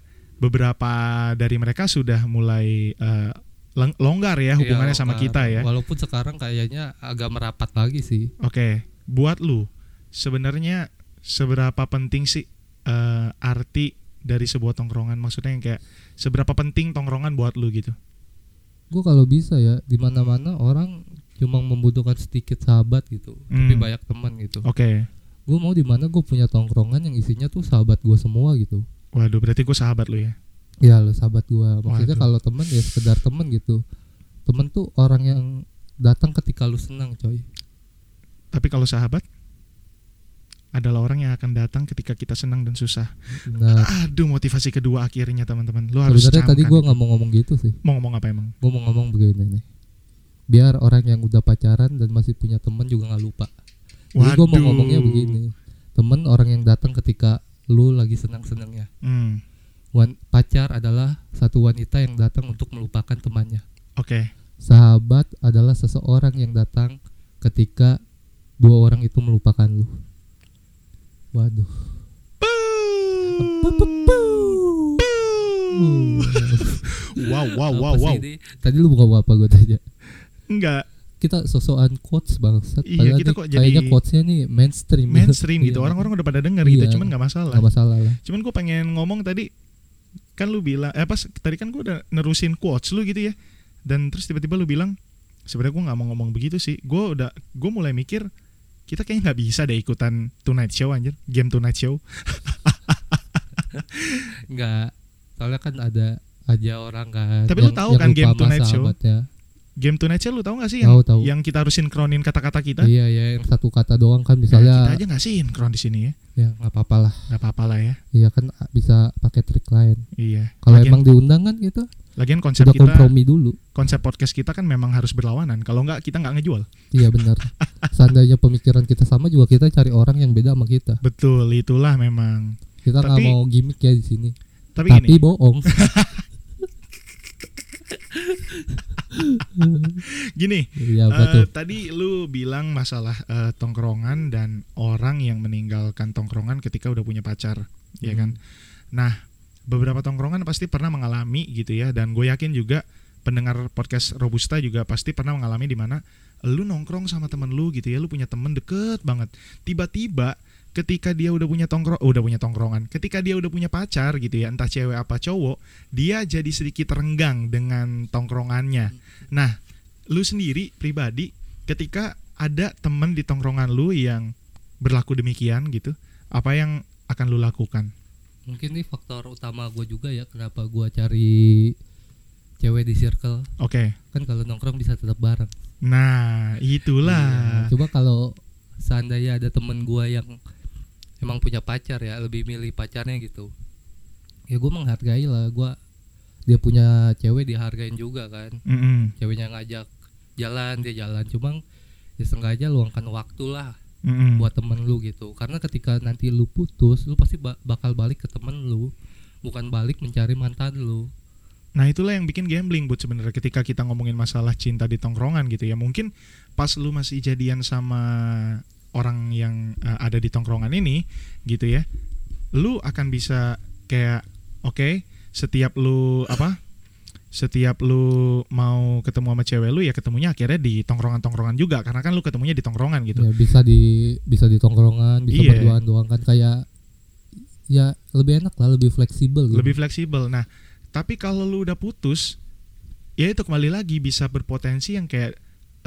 Speaker 1: beberapa dari mereka sudah mulai eh, leng- longgar ya hubungannya
Speaker 2: Iya,
Speaker 1: sama
Speaker 2: walaupun-
Speaker 1: kita ya.
Speaker 2: Walaupun sekarang kayaknya agak merapat lagi sih.
Speaker 1: Oke, buat lu sebenarnya seberapa penting sih eh, arti dari sebuah tongkrongan maksudnya yang kayak seberapa penting tongkrongan buat lu gitu.
Speaker 2: Gue kalau bisa ya, di
Speaker 1: Hmm.
Speaker 2: mana-mana orang cuma membutuhkan sedikit sahabat gitu, tapi
Speaker 1: Mm.
Speaker 2: banyak teman gitu.
Speaker 1: Oke.
Speaker 2: Gue mau di mana gue punya tongkrongan yang isinya tuh sahabat gue semua gitu.
Speaker 1: Waduh, berarti gue sahabat lu ya.
Speaker 2: Ya lo sahabat gua. Maksudnya
Speaker 1: Waduh.
Speaker 2: kalau temen ya sekedar temen gitu. Temen tuh orang yang datang ketika lu senang, coy.
Speaker 1: Tapi kalau sahabat adalah orang yang akan datang ketika kita senang dan susah.
Speaker 2: Nah,
Speaker 1: Aduh, motivasi kedua akhirnya teman-teman. Lu harus
Speaker 2: sebenarnya tadi
Speaker 1: camkan.
Speaker 2: gua nggak mau ngomong gitu sih.
Speaker 1: mau ngomong apa emang?
Speaker 2: Gua mau ngomong begini nih. Biar orang yang udah pacaran dan masih punya temen juga nggak lupa. Jadi gua mau
Speaker 1: Waduh.
Speaker 2: ngomongnya begini. Temen orang yang datang ketika lu lagi senang-senangnya.
Speaker 1: Hmm,
Speaker 2: Wan- pacar adalah satu wanita yang datang untuk melupakan temannya.
Speaker 1: Oke.
Speaker 2: Sahabat adalah seseorang yang datang ketika dua orang itu melupakan lu. Waduh.
Speaker 1: Wow, <laughs> wow, wow,
Speaker 2: Apa sih
Speaker 1: wow.
Speaker 2: ini? Tadi lu buka apa gue tanya?
Speaker 1: Enggak
Speaker 2: Kita sosokan quotes bangsat.
Speaker 1: Iya,
Speaker 2: Padahal
Speaker 1: kita
Speaker 2: nih
Speaker 1: kok jadi
Speaker 2: kayaknya quotesnya nih mainstream. <laughs>
Speaker 1: mainstream gitu.
Speaker 2: Iya.
Speaker 1: Orang-orang udah pada denger
Speaker 2: Iya.
Speaker 1: gitu, cuman nggak masalah.
Speaker 2: Nggak masalah lah.
Speaker 1: Cuman gue pengen ngomong tadi kan lu bilang eh pas tadi kan gue udah nerusin quotes lu gitu ya. Dan terus tiba-tiba lu bilang sebenarnya gue nggak mau ngomong begitu sih. Gue udah gue mulai mikir kita kayaknya nggak bisa deh ikutan tonight show anjir, game tonight show.
Speaker 2: Enggak. Soalnya kan ada aja orang kan.
Speaker 1: Tapi lu tahu kan
Speaker 2: lupa
Speaker 1: Game
Speaker 2: sama
Speaker 1: Tonight Show? Iya.
Speaker 2: sahabatnya.
Speaker 1: Game Tonight Show lu tahu gak sih yang
Speaker 2: Tahu, tahu.
Speaker 1: yang kita harus sinkronin kata-kata kita?
Speaker 2: Iya ya yang satu kata doang kan
Speaker 1: Nah, kan? kita
Speaker 2: misalnya
Speaker 1: aja nggak sinkron di sini ya.
Speaker 2: ya nggak apa-apa lah.
Speaker 1: Gak apa-apa lah ya.
Speaker 2: Iya kan a- bisa pakai trik lain.
Speaker 1: Iya.
Speaker 2: Kalau
Speaker 1: Lagian-
Speaker 2: emang diundang kan gitu
Speaker 1: Lagian konsep
Speaker 2: sudah
Speaker 1: kita
Speaker 2: kompromi dulu.
Speaker 1: konsep podcast kita kan memang harus berlawanan. Kalau nggak kita nggak ngejual.
Speaker 2: Iya
Speaker 1: <laughs>
Speaker 2: benar. Seandainya pemikiran kita sama juga kita cari orang yang beda sama kita.
Speaker 1: Betul, itulah memang.
Speaker 2: Kita nggak
Speaker 1: Tapi-
Speaker 2: mau gimmick ya di sini.
Speaker 1: Tapi,
Speaker 2: Tapi
Speaker 1: gini, <laughs>
Speaker 2: bohong.
Speaker 1: gini.
Speaker 2: Iya
Speaker 1: eh,
Speaker 2: betul.
Speaker 1: tadi lu bilang masalah eh, tongkrongan dan orang yang meninggalkan tongkrongan ketika udah punya pacar, ya kan? Nah, beberapa tongkrongan pasti pernah mengalami gitu ya dan gue yakin juga pendengar podcast Robusta juga pasti pernah mengalami di mana lu nongkrong sama temen lu gitu ya, lu punya temen deket banget. Tiba-tiba ketika dia udah punya tongkrong udah punya tongkrongan, ketika dia udah punya pacar gitu ya, entah cewek apa cowok, dia jadi sedikit renggang dengan tongkrongannya. Nah, lu sendiri pribadi ketika ada temen di tongkrongan lu yang berlaku demikian gitu, apa yang akan lu lakukan?
Speaker 2: Mungkin ini faktor utama gue juga ya kenapa gue cari cewek di circle
Speaker 1: Oke.
Speaker 2: kan kalau nongkrong bisa tetap bareng.
Speaker 1: Nah,
Speaker 2: Iya,
Speaker 1: itulah.
Speaker 2: Coba kalau seandainya ada temen gua yang emang punya pacar ya, lebih milih pacarnya gitu. Ya gua menghargai lah, gua dia punya cewek dihargain juga kan.
Speaker 1: Mm-mm,
Speaker 2: Ceweknya ngajak jalan dia jalan, cuma ya sengaja luangkan waktu lah
Speaker 1: mm-mm.
Speaker 2: buat temen lu gitu. Karena ketika nanti lu putus, lu pasti ba- bakal balik ke temen lu, bukan balik mencari mantan lu.
Speaker 1: Nah, itulah yang bikin gambling buat sebenarnya ketika kita ngomongin masalah cinta di tongkrongan gitu ya. Mungkin pas lu masih jadian sama orang yang eh, ada di tongkrongan ini gitu ya. Lu akan bisa kayak oke, setiap lu apa? Setiap lu mau ketemu sama cewek lu ya ketemunya akhirnya di tongkrongan-tongkrongan juga karena kan lu ketemunya di tongkrongan gitu.
Speaker 2: Ya, bisa di bisa di tongkrongan, bisa
Speaker 1: Iya.
Speaker 2: berduaan-duaan kan kayak ya lebih enak lah, lebih fleksibel gitu.
Speaker 1: lebih fleksibel. Nah, tapi kalau lu udah putus, ya itu kembali lagi bisa berpotensi yang kayak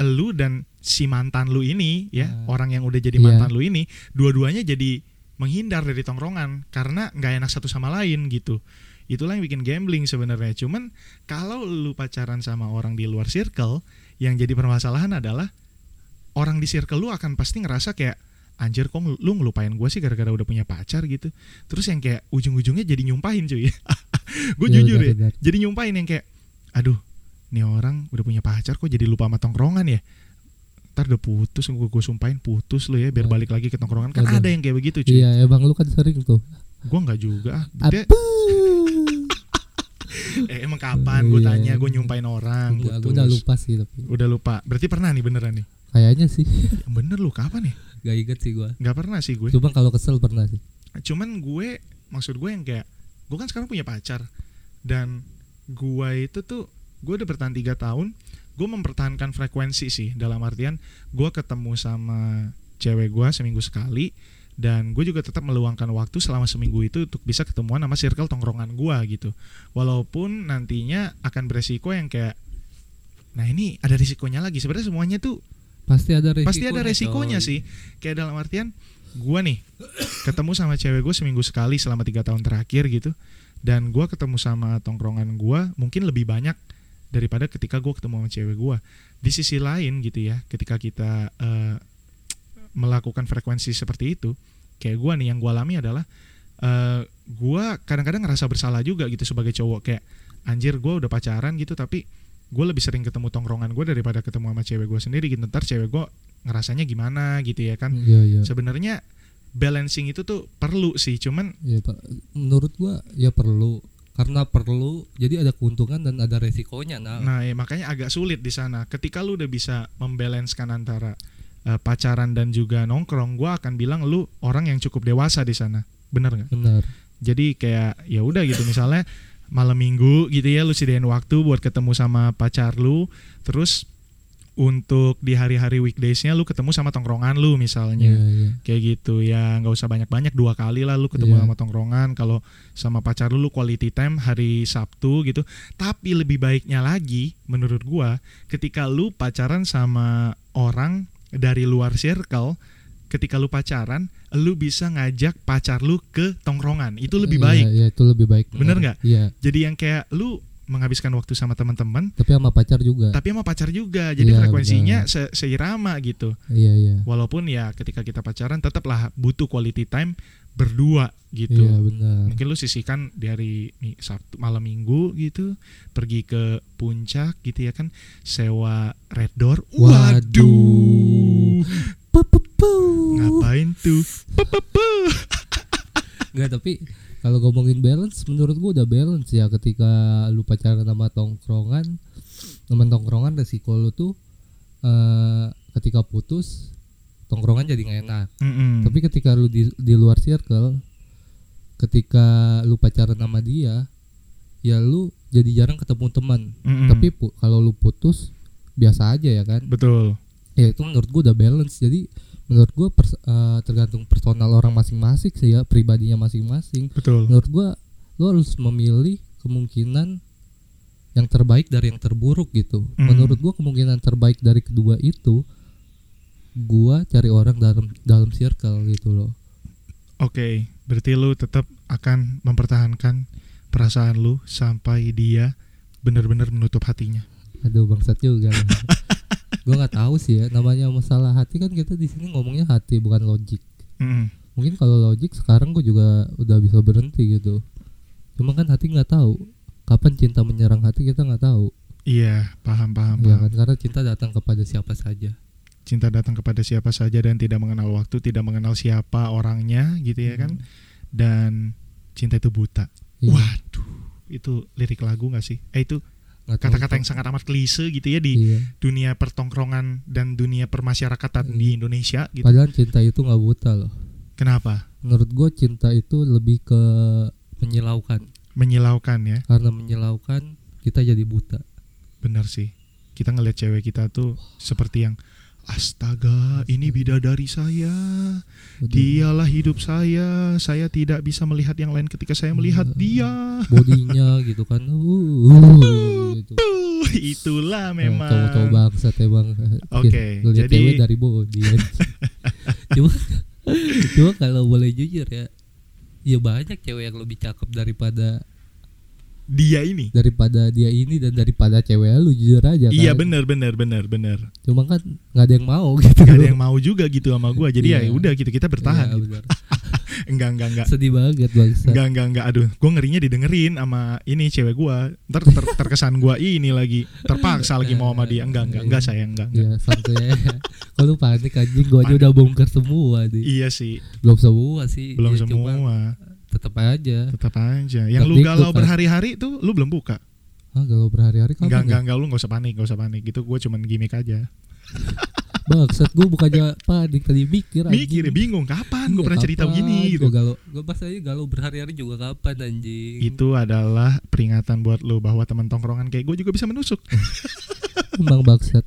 Speaker 1: lu dan si mantan lu ini ya,
Speaker 2: Hmm.
Speaker 1: orang yang udah jadi
Speaker 2: Iya.
Speaker 1: mantan lu ini, dua-duanya jadi menghindar dari tongkrongan karena nggak enak satu sama lain gitu. Itulah yang bikin gambling sebenarnya. Cuman kalau lu pacaran sama orang di luar circle, yang jadi permasalahan adalah orang di circle lu akan pasti ngerasa kayak anjir kok lu ngelupain gue sih gara-gara udah punya pacar gitu terus yang kayak ujung-ujungnya jadi nyumpahin cuy <laughs> gue
Speaker 2: Iya,
Speaker 1: jujur ya
Speaker 2: benar-benar.
Speaker 1: jadi nyumpahin yang kayak aduh nih orang udah punya pacar kok jadi lupa sama tongkrongan ya ntar udah putus gue gue sumpahin putus lu ya biar
Speaker 2: Nah.
Speaker 1: balik lagi ke tongkrongan kan
Speaker 2: Benar.
Speaker 1: ada yang kayak begitu cuy
Speaker 2: Iya, emang lu kan sering tuh.
Speaker 1: gue nggak juga ah. dia
Speaker 2: Apa?
Speaker 1: eh, emang kapan gue
Speaker 2: Iya.
Speaker 1: tanya gue nyumpahin orang
Speaker 2: Enggak,
Speaker 1: putus.
Speaker 2: gue udah lupa sih tapi.
Speaker 1: udah lupa berarti pernah nih beneran nih
Speaker 2: Kayaknya sih
Speaker 1: bener lu kapan ya
Speaker 2: gak inget sih gue.
Speaker 1: nggak pernah sih gue
Speaker 2: Cuma kalau kesel pernah sih.
Speaker 1: cuman gue maksud gue yang kayak gue kan sekarang punya pacar dan gue itu tuh gue udah bertahan tiga tahun gue mempertahankan frekuensi sih dalam artian gue ketemu sama cewek gue seminggu sekali dan gue juga tetap meluangkan waktu selama seminggu itu untuk bisa ketemuan sama circle tongkrongan gue gitu walaupun nantinya akan beresiko yang kayak nah ini ada risikonya lagi sebenarnya semuanya tuh
Speaker 2: Pasti ada resikonya.
Speaker 1: pasti ada resikonya
Speaker 2: coy.
Speaker 1: sih kayak dalam artian gua nih ketemu sama cewek gue seminggu sekali selama tiga tahun terakhir gitu dan gua ketemu sama tongkrongan gua mungkin lebih banyak daripada ketika gua ketemu sama cewek gua di sisi lain gitu ya ketika kita eh, melakukan frekuensi seperti itu kayak gua nih yang gua alami adalah eh, gua kadang-kadang ngerasa bersalah juga gitu sebagai cowok kayak anjir gua udah pacaran gitu tapi gue lebih sering ketemu tongkrongan gue daripada ketemu sama cewek gue sendiri gitu ntar cewek gue ngerasanya gimana gitu ya kan
Speaker 2: Iya, iya.
Speaker 1: sebenarnya balancing itu tuh perlu sih cuman
Speaker 2: Iya, Pak. menurut gua ya perlu karena perlu jadi ada keuntungan dan ada resikonya nah,
Speaker 1: nah ya makanya agak sulit di sana ketika lu udah bisa membalancekan antara eh, pacaran dan juga nongkrong gue akan bilang lu orang yang cukup dewasa di sana bener nggak
Speaker 2: benar
Speaker 1: jadi kayak ya udah gitu misalnya malam minggu gitu ya lu sediain waktu buat ketemu sama pacar lu terus untuk di hari-hari weekdaysnya lu ketemu sama tongkrongan lu misalnya
Speaker 2: iya iya
Speaker 1: kayak gitu ya nggak usah banyak-banyak dua kali lah lu ketemu
Speaker 2: Iya.
Speaker 1: sama tongkrongan kalau sama pacar lu lu quality time hari Sabtu gitu tapi lebih baiknya lagi menurut gua ketika lu pacaran sama orang dari luar circle ketika lu pacaran, lu bisa ngajak pacar lu ke tongkrongan. Itu lebih
Speaker 2: Iya,
Speaker 1: baik.
Speaker 2: Iya, itu lebih baik.
Speaker 1: Bener nggak?
Speaker 2: Iya.
Speaker 1: Jadi yang kayak lu menghabiskan waktu sama teman-teman,
Speaker 2: Tapi sama pacar juga.
Speaker 1: tapi sama pacar juga. Jadi
Speaker 2: Iya,
Speaker 1: frekuensinya se- seirama gitu.
Speaker 2: Iya, iya.
Speaker 1: Walaupun ya ketika kita pacaran tetaplah butuh quality time berdua gitu.
Speaker 2: Iya, benar.
Speaker 1: Mungkin lu sisihkan dari mi- Sabtu malam Minggu gitu, pergi ke puncak gitu ya kan, sewa red door.
Speaker 2: Waduh.
Speaker 1: Waduh.
Speaker 2: Pu, pu, pu.
Speaker 1: Ngapain tuh?
Speaker 2: Nggak, tapi kalau ngomongin balance menurut gua udah balance ya ketika lu pacaran sama tongkrongan teman tongkrongan resiko lu tuh eh ketika putus tongkrongan jadi nggak enak
Speaker 1: Mm-mm.
Speaker 2: tapi ketika lu di, di luar circle ketika lu pacaran sama dia ya lu jadi jarang ketemu teman
Speaker 1: Mm-mm.
Speaker 2: tapi pu- kalau lu putus biasa aja ya kan
Speaker 1: betul.
Speaker 2: ya itu menurut gua udah balance jadi menurut gua pers- eh, tergantung personal orang masing-masing sih ya pribadinya masing-masing
Speaker 1: Betul.
Speaker 2: menurut gua lu harus memilih kemungkinan yang terbaik dari yang terburuk gitu
Speaker 1: Mm.
Speaker 2: menurut gua kemungkinan terbaik dari kedua itu gua cari orang dalam dalam circle gitu loh
Speaker 1: Oke, berarti lu tetap akan mempertahankan perasaan lu sampai dia benar-benar menutup hatinya.
Speaker 2: aduh bangsat
Speaker 1: <laughs>
Speaker 2: juga lo. gua nggak tahu sih ya namanya masalah hati kan kita di sini ngomongnya hati bukan logik
Speaker 1: Mm-mm.
Speaker 2: mungkin kalau logik sekarang gue juga udah bisa berhenti gitu cuma kan hati nggak tahu kapan cinta menyerang hati kita nggak tahu
Speaker 1: Iya, paham paham.
Speaker 2: ya
Speaker 1: paham.
Speaker 2: kan karena cinta datang kepada siapa saja
Speaker 1: Cinta datang kepada siapa saja dan tidak mengenal waktu, tidak mengenal siapa orangnya gitu ya kan. Dan cinta itu buta.
Speaker 2: Hmm. Iya.
Speaker 1: Waduh, itu lirik lagu gak sih? Eh itu
Speaker 2: Nggak tahu
Speaker 1: kata-kata yang
Speaker 2: itu.
Speaker 1: sangat amat klise gitu ya di
Speaker 2: iya.
Speaker 1: dunia pertongkrongan dan dunia
Speaker 2: Hmm.
Speaker 1: permasyarakatan di Indonesia gitu.
Speaker 2: padahal cinta itu nggak buta loh
Speaker 1: Kenapa?
Speaker 2: menurut gue cinta itu lebih ke menyilaukan
Speaker 1: Menyilaukan ya.
Speaker 2: karena menyilaukan kita jadi buta
Speaker 1: Benar sih. Kita ngelihat cewek kita tuh seperti yang astaga, ini bidadari saya.
Speaker 2: Aduh,
Speaker 1: Dialah hidup saya. Saya tidak bisa melihat yang lain ketika saya melihat
Speaker 2: Iya.
Speaker 1: dia.
Speaker 2: bodinya gitu
Speaker 1: <laughs>
Speaker 2: kan uh, uh, gitu.
Speaker 1: Puh,
Speaker 2: Hmm,
Speaker 1: Itulah memang.
Speaker 2: cowok-cowok bangsat emang
Speaker 1: Oke,
Speaker 2: Lu lihat
Speaker 1: jadi-
Speaker 2: cewek dari body
Speaker 1: <laughs>
Speaker 2: anjing. cuma cuma kalau boleh jujur ya ya banyak cewek yang lebih cakep daripada
Speaker 1: Dia ini.
Speaker 2: daripada dia ini dan daripada cewek lu jujur aja Iya, kan.
Speaker 1: Iya benar benar benar
Speaker 2: <laughs>
Speaker 1: benar.
Speaker 2: cuma kan nggak ada yang mau gitu
Speaker 1: Gak ada yang mau juga gitu sama gua. Jadi ya
Speaker 2: Iya.
Speaker 1: udah gitu kita bertahan.
Speaker 2: Iya,
Speaker 1: gitu.
Speaker 2: benar.
Speaker 1: Enggak enggak enggak.
Speaker 2: sedih banget bangsat
Speaker 1: Enggak enggak enggak aduh gua ngerinya didengerin sama ini cewek gua Ntar ter- terkesan gua ini lagi Terpaksa lagi mau sama dia Enggak enggak enggak saya enggak, enggak.
Speaker 2: ya santai aja. Kok lu panik anjing gua aja
Speaker 1: Panik.
Speaker 2: udah bongkar semua nih
Speaker 1: Iya sih
Speaker 2: belum semua sih
Speaker 1: Belum
Speaker 2: ya, cuma
Speaker 1: semua
Speaker 2: tetap aja
Speaker 1: Tetap aja Yang lu
Speaker 2: Tapi itu
Speaker 1: galau
Speaker 2: kan-
Speaker 1: berhari-hari tuh Lu belum buka
Speaker 2: ah galau berhari-hari kapan
Speaker 1: Enggak
Speaker 2: ya?
Speaker 1: enggak enggak Lu gak usah panik Gak usah panik Itu gua cuman gimmick aja
Speaker 2: Bangsat gue bukannya panik tadi mikir
Speaker 1: Mikir bingung Kapan Kan gua pernah cerita begini gitu
Speaker 2: Gue Iya, galau Gue pas aja galau berhari-hari juga kapan anjing
Speaker 1: Itu adalah peringatan buat lu Bahwa teman tongkrongan kayak gua juga bisa menusuk
Speaker 2: Emang bangsat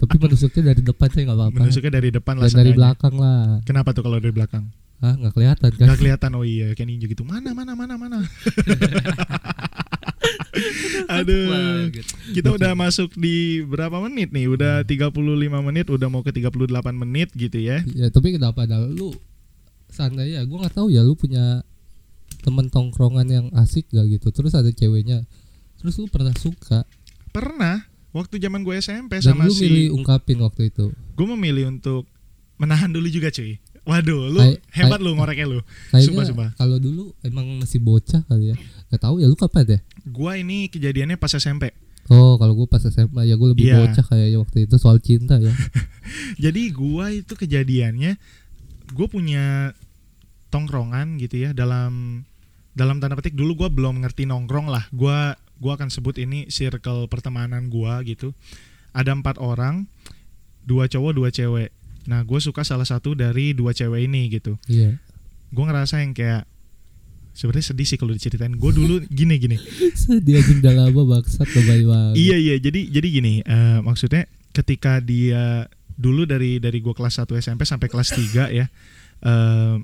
Speaker 2: Tapi menusuknya dari depan saya gak apa-apa
Speaker 1: Menusuknya dari depan lah
Speaker 2: Dan dari
Speaker 1: seenggaknya.
Speaker 2: belakang lah
Speaker 1: Kenapa tuh kalau dari belakang?
Speaker 2: Ah gak kelihatan kan
Speaker 1: Gak kelihatan oh iya kayak ninja gitu. Mana mana mana
Speaker 2: <laughs>
Speaker 1: mana. <laughs>
Speaker 2: Wah,
Speaker 1: Aduh,
Speaker 2: gitu.
Speaker 1: kita udah masuk di berapa menit nih? Udah
Speaker 2: Hmm.
Speaker 1: 35 menit, udah mau ke 38 menit gitu ya.
Speaker 2: Ya tapi kenapa dah Lu Seandainya gue gak tahu ya lu punya Temen tongkrongan yang asik gak gitu Terus ada ceweknya Terus lu pernah suka
Speaker 1: Pernah waktu zaman gue SMP
Speaker 2: Dan
Speaker 1: sama
Speaker 2: lu
Speaker 1: si
Speaker 2: milih ungkapin waktu itu
Speaker 1: gue memilih untuk menahan dulu juga, cuy. Waduh, lu
Speaker 2: Ay-
Speaker 1: hebat
Speaker 2: ay-
Speaker 1: lu ngoreknya lu. Sumpah, sumpah.
Speaker 2: Kayaknya kalau dulu emang masih bocah kali ya Gak tahu ya lu kapan deh
Speaker 1: Gua ini kejadiannya pas SMP.
Speaker 2: Oh, kalau gue pas SMA ya gue lebih
Speaker 1: Iya.
Speaker 2: bocah kayaknya waktu itu soal cinta
Speaker 1: <laughs>
Speaker 2: ya.
Speaker 1: Jadi gua itu kejadiannya gue punya tongkrongan gitu ya dalam dalam tanda petik dulu gua belum ngerti nongkrong lah. Gua gua akan sebut ini circle pertemanan gua gitu. Ada empat orang, dua cowok dua cewek. Nah gue suka salah satu dari dua cewek ini gitu.
Speaker 2: Iya.
Speaker 1: Gue ngerasa yang kayak sebenarnya sedih sih kalau diceritain. Gue dulu gini gini.
Speaker 2: Sedih anjing udah lama bangsat lebay banget.
Speaker 1: Iya iya jadi jadi gini eh, maksudnya ketika dia dulu dari dari gua kelas 1 SMP sampai kelas 3 ya eh,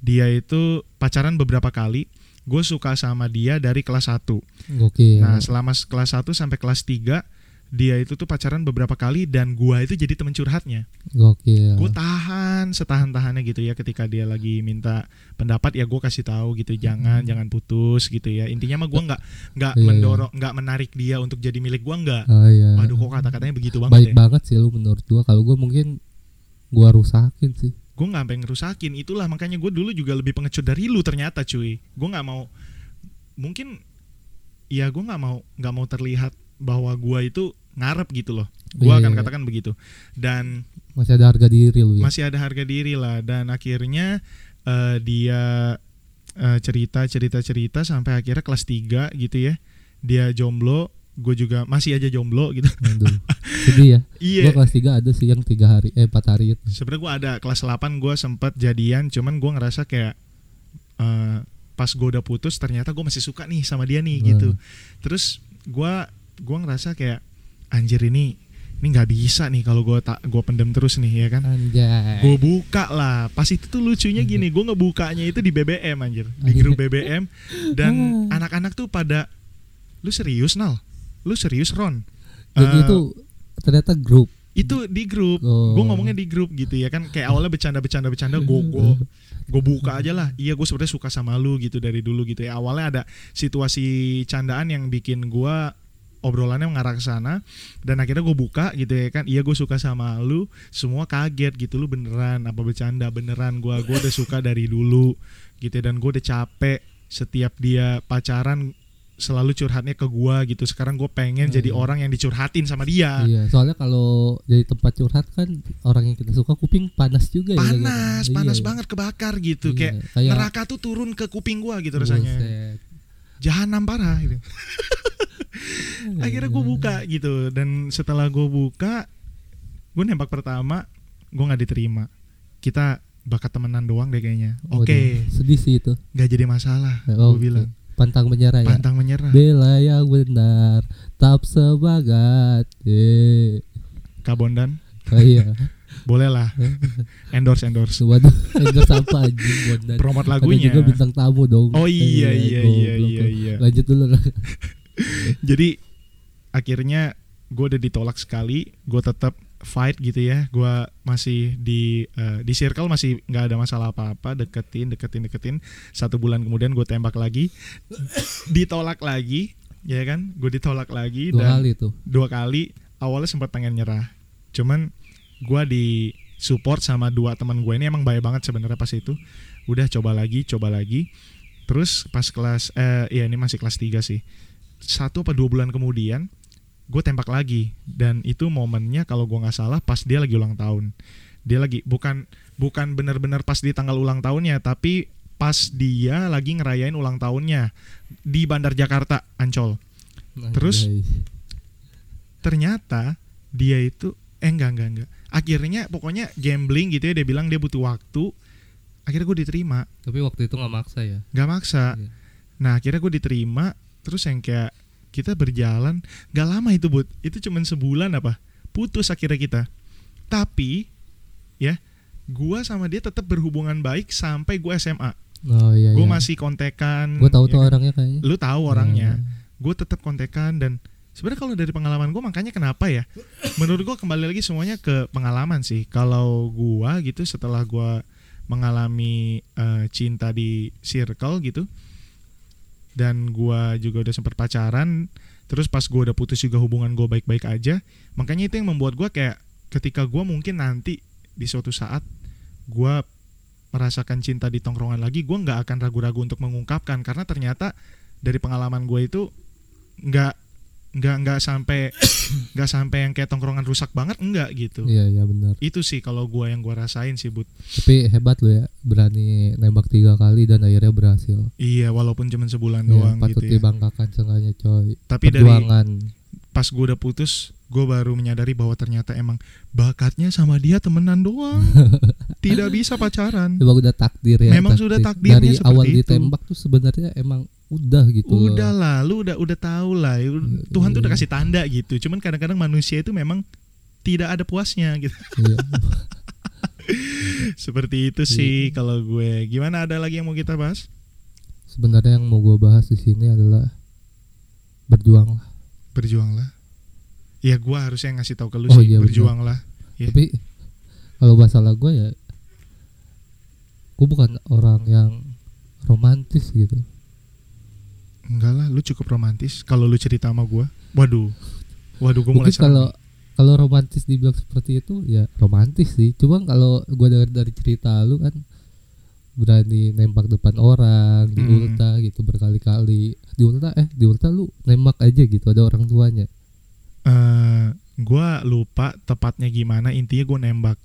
Speaker 1: dia itu pacaran beberapa kali gue suka sama dia dari kelas Nah, 1
Speaker 2: Gokil.
Speaker 1: nah selama s- kelas 1 sampai kelas 3 dia itu tuh pacaran beberapa kali dan gua itu jadi temen curhatnya.
Speaker 2: Gokil.
Speaker 1: Gua tahan setahan-tahannya gitu ya ketika dia lagi minta pendapat ya gua kasih tahu gitu jangan jangan putus gitu ya. Intinya mah gua nggak nggak
Speaker 2: Iya, iya.
Speaker 1: mendorong nggak menarik dia untuk jadi milik gua nggak.
Speaker 2: Oh iya.
Speaker 1: Waduh kok kata-katanya begitu
Speaker 2: Baik
Speaker 1: banget ya.
Speaker 2: banget sih lu menurut gua. Kalau gua mungkin gua rusakin sih.
Speaker 1: Gua nggak pengen ngerusakin itulah makanya gua dulu juga lebih pengecut dari lu ternyata cuy. Gua nggak mau mungkin ya gua nggak mau nggak mau terlihat bahwa gua itu ngarep gitu loh. Gua
Speaker 2: Iya,
Speaker 1: akan
Speaker 2: iya, iya.
Speaker 1: katakan begitu. Dan
Speaker 2: Masih ada harga diri lu ya.
Speaker 1: masih ada harga diri lah dan akhirnya eh, dia eh, cerita cerita cerita sampai akhirnya kelas 3 gitu ya dia jomblo gue juga masih aja jomblo gitu <laughs>
Speaker 2: Aduh. Sedih ya. Gua
Speaker 1: iya
Speaker 2: kelas 3 ada sih yang 3 hari eh 4 hari itu.
Speaker 1: sebenarnya gue ada kelas 8 gue sempat jadian cuman gue ngerasa kayak eh, pas gue udah putus ternyata gue masih suka nih sama dia nih
Speaker 2: Wah.
Speaker 1: gitu terus gue gua ngerasa kayak anjir ini ini nggak bisa nih kalau gue tak gue pendem terus nih ya
Speaker 2: Eh.
Speaker 1: kan
Speaker 2: Anjay.
Speaker 1: gue buka lah pas itu tuh lucunya gini gue ngebukanya itu di BBM anjir di grup BBM dan anak-anak tuh pada lu serius nal lu serius Ron
Speaker 2: Jadi
Speaker 1: Eh,
Speaker 2: itu ternyata grup.
Speaker 1: itu di grup
Speaker 2: Oh.
Speaker 1: gue ngomongnya di grup gitu ya kan kayak awalnya bercanda bercanda bercanda gue gue gue buka aja lah iya gue sebenarnya suka sama lu gitu dari dulu gitu ya awalnya ada situasi candaan yang bikin gue obrolannya mengarah ke sana dan akhirnya gue buka gitu ya kan iya gue suka sama lu semua kaget gitu lu beneran apa bercanda beneran gue gue udah suka dari dulu gitu ya, dan gue udah capek setiap dia pacaran selalu curhatnya ke gue gitu sekarang gue pengen jadi
Speaker 2: Hmm.
Speaker 1: orang yang dicurhatin sama dia
Speaker 2: Iya, soalnya kalau jadi tempat curhat kan orang yang kita suka kuping panas juga ya.
Speaker 1: panas
Speaker 2: gitu.
Speaker 1: panas
Speaker 2: Iya, iya.
Speaker 1: banget kebakar gitu
Speaker 2: Iya,
Speaker 1: kayak neraka tuh turun ke kuping gua gitu rasanya
Speaker 2: buset.
Speaker 1: jahanam parah
Speaker 2: <laughs>
Speaker 1: gitu.
Speaker 2: Iya,
Speaker 1: akhirnya gua buka gitu dan setelah gua buka gua nembak pertama gua nggak diterima kita bakat temenan doang deh kayaknya
Speaker 2: Waduh,
Speaker 1: oke
Speaker 2: Sedih sih itu.
Speaker 1: nggak jadi masalah
Speaker 2: Oh,
Speaker 1: gua bilang
Speaker 2: Pantang menyerah ya.
Speaker 1: pantang menyerah
Speaker 2: Bela yang benar, tap semangat. Eh,
Speaker 1: kabondan
Speaker 2: oh,
Speaker 1: <laughs>
Speaker 2: iya. <laughs>
Speaker 1: bolehlah endorse endorse
Speaker 2: Waduh, endorse apa anjing Bondan.
Speaker 1: promote
Speaker 2: Ada
Speaker 1: lagunya
Speaker 2: juga bintang tamu dong.
Speaker 1: oh iya
Speaker 2: Eh,
Speaker 1: iya iya
Speaker 2: goblok
Speaker 1: iya
Speaker 2: lu.
Speaker 1: iya
Speaker 2: Lanjut dulu lah.
Speaker 1: jadi akhirnya gue udah ditolak sekali gue tetap fight gitu ya gue masih di eh, di circle masih nggak ada masalah apa-apa deketin deketin deketin satu bulan kemudian gue tembak lagi ditolak lagi ya kan gue ditolak lagi
Speaker 2: Dua
Speaker 1: dan
Speaker 2: kali tuh.
Speaker 1: dua kali awalnya sempat pengen nyerah cuman gua di support sama dua teman gue ini emang baik banget sebenarnya pas itu udah coba lagi coba lagi terus pas kelas eh ya ini masih kelas 3 sih satu apa dua bulan kemudian gue tembak lagi dan itu momennya kalau gua nggak salah pas dia lagi ulang tahun dia lagi bukan bukan benar-benar pas di tanggal ulang tahunnya tapi pas dia lagi ngerayain ulang tahunnya di Bandar Jakarta Ancol Terus?
Speaker 2: Anjay.
Speaker 1: ternyata dia itu eh enggak enggak enggak akhirnya pokoknya gambling gitu ya dia bilang dia butuh waktu akhirnya gue diterima
Speaker 2: Tapi waktu itu nggak maksa ya.
Speaker 1: nggak maksa
Speaker 2: Iya.
Speaker 1: nah akhirnya gue diterima terus yang kayak kita berjalan nggak lama itu bud itu cuman sebulan apa putus akhirnya kita tapi ya gua sama dia tetap berhubungan baik sampai gue SMA
Speaker 2: Oh iya.
Speaker 1: gue
Speaker 2: iya.
Speaker 1: masih kontekan
Speaker 2: Gue tahu
Speaker 1: ya
Speaker 2: tuh
Speaker 1: kan?
Speaker 2: orangnya Iya. kayaknya.
Speaker 1: lu tahu orangnya gue tetap kontekan dan sebenarnya kalau dari pengalaman gue makanya kenapa ya menurut gue kembali lagi semuanya ke pengalaman sih kalau gua gitu setelah gua mengalami eh, cinta di circle gitu dan gua juga udah sempet pacaran terus pas gua udah putus juga hubungan gue baik-baik aja makanya itu yang membuat gua kayak ketika gua mungkin nanti di suatu saat gua merasakan cinta di tongkrongan lagi gua nggak akan ragu-ragu untuk mengungkapkan karena ternyata dari pengalaman gue itu nggak nggak nggak sampai <coughs> nggak sampai yang kayak tongkrongan rusak banget enggak gitu
Speaker 2: Iya iya benar.
Speaker 1: itu sih kalau gua yang gua rasain sih bud
Speaker 2: Tapi hebat lu ya, berani nembak tiga kali dan akhirnya berhasil.
Speaker 1: iya walaupun cuman sebulan
Speaker 2: Ya,
Speaker 1: doang
Speaker 2: patut
Speaker 1: gitu ya.
Speaker 2: dibanggakan seenggaknya coy.
Speaker 1: tapi dari
Speaker 2: Perjuangan.
Speaker 1: pas gua udah putus gua baru menyadari bahwa ternyata emang bakatnya sama dia temenan
Speaker 2: <laughs>
Speaker 1: doang tidak bisa pacaran
Speaker 2: Emang udah takdir ya.
Speaker 1: Memang sudah takdirnya
Speaker 2: Dari
Speaker 1: seperti
Speaker 2: awal
Speaker 1: itu.
Speaker 2: ditembak tuh sebenarnya emang udah gitu. loh.
Speaker 1: udah lah lu udah udah tahu lah
Speaker 2: Iya.
Speaker 1: Tuhan tuh udah kasih tanda gitu cuman kadang-kadang manusia itu memang tidak ada puasnya gitu <laughs>
Speaker 2: Iya.
Speaker 1: seperti itu sih kalau gue gimana ada lagi yang mau kita bahas
Speaker 2: Sebenarnya yang mau gue bahas di sini adalah berjuang lah.
Speaker 1: berjuanglah ya gue harusnya ngasih tahu ke lu
Speaker 2: Oh,
Speaker 1: sih
Speaker 2: iya,
Speaker 1: berjuang lah Iya.
Speaker 2: Tapi kalau masalah gue ya, gue bukan orang yang romantis gitu.
Speaker 1: enggak lah lu cukup romantis kalau lu cerita sama gue waduh waduh gue mulai
Speaker 2: Mungkin
Speaker 1: serem
Speaker 2: kalau
Speaker 1: nih.
Speaker 2: kalau romantis dibilang seperti itu ya romantis sih. Cuma kalau gue dengar dari cerita lu kan berani nembak depan orang,
Speaker 1: Hmm.
Speaker 2: diulta gitu berkali-kali. Diulta eh diulta lu nembak aja gitu ada orang tuanya.
Speaker 1: Eh, gue lupa tepatnya gimana intinya gue nembak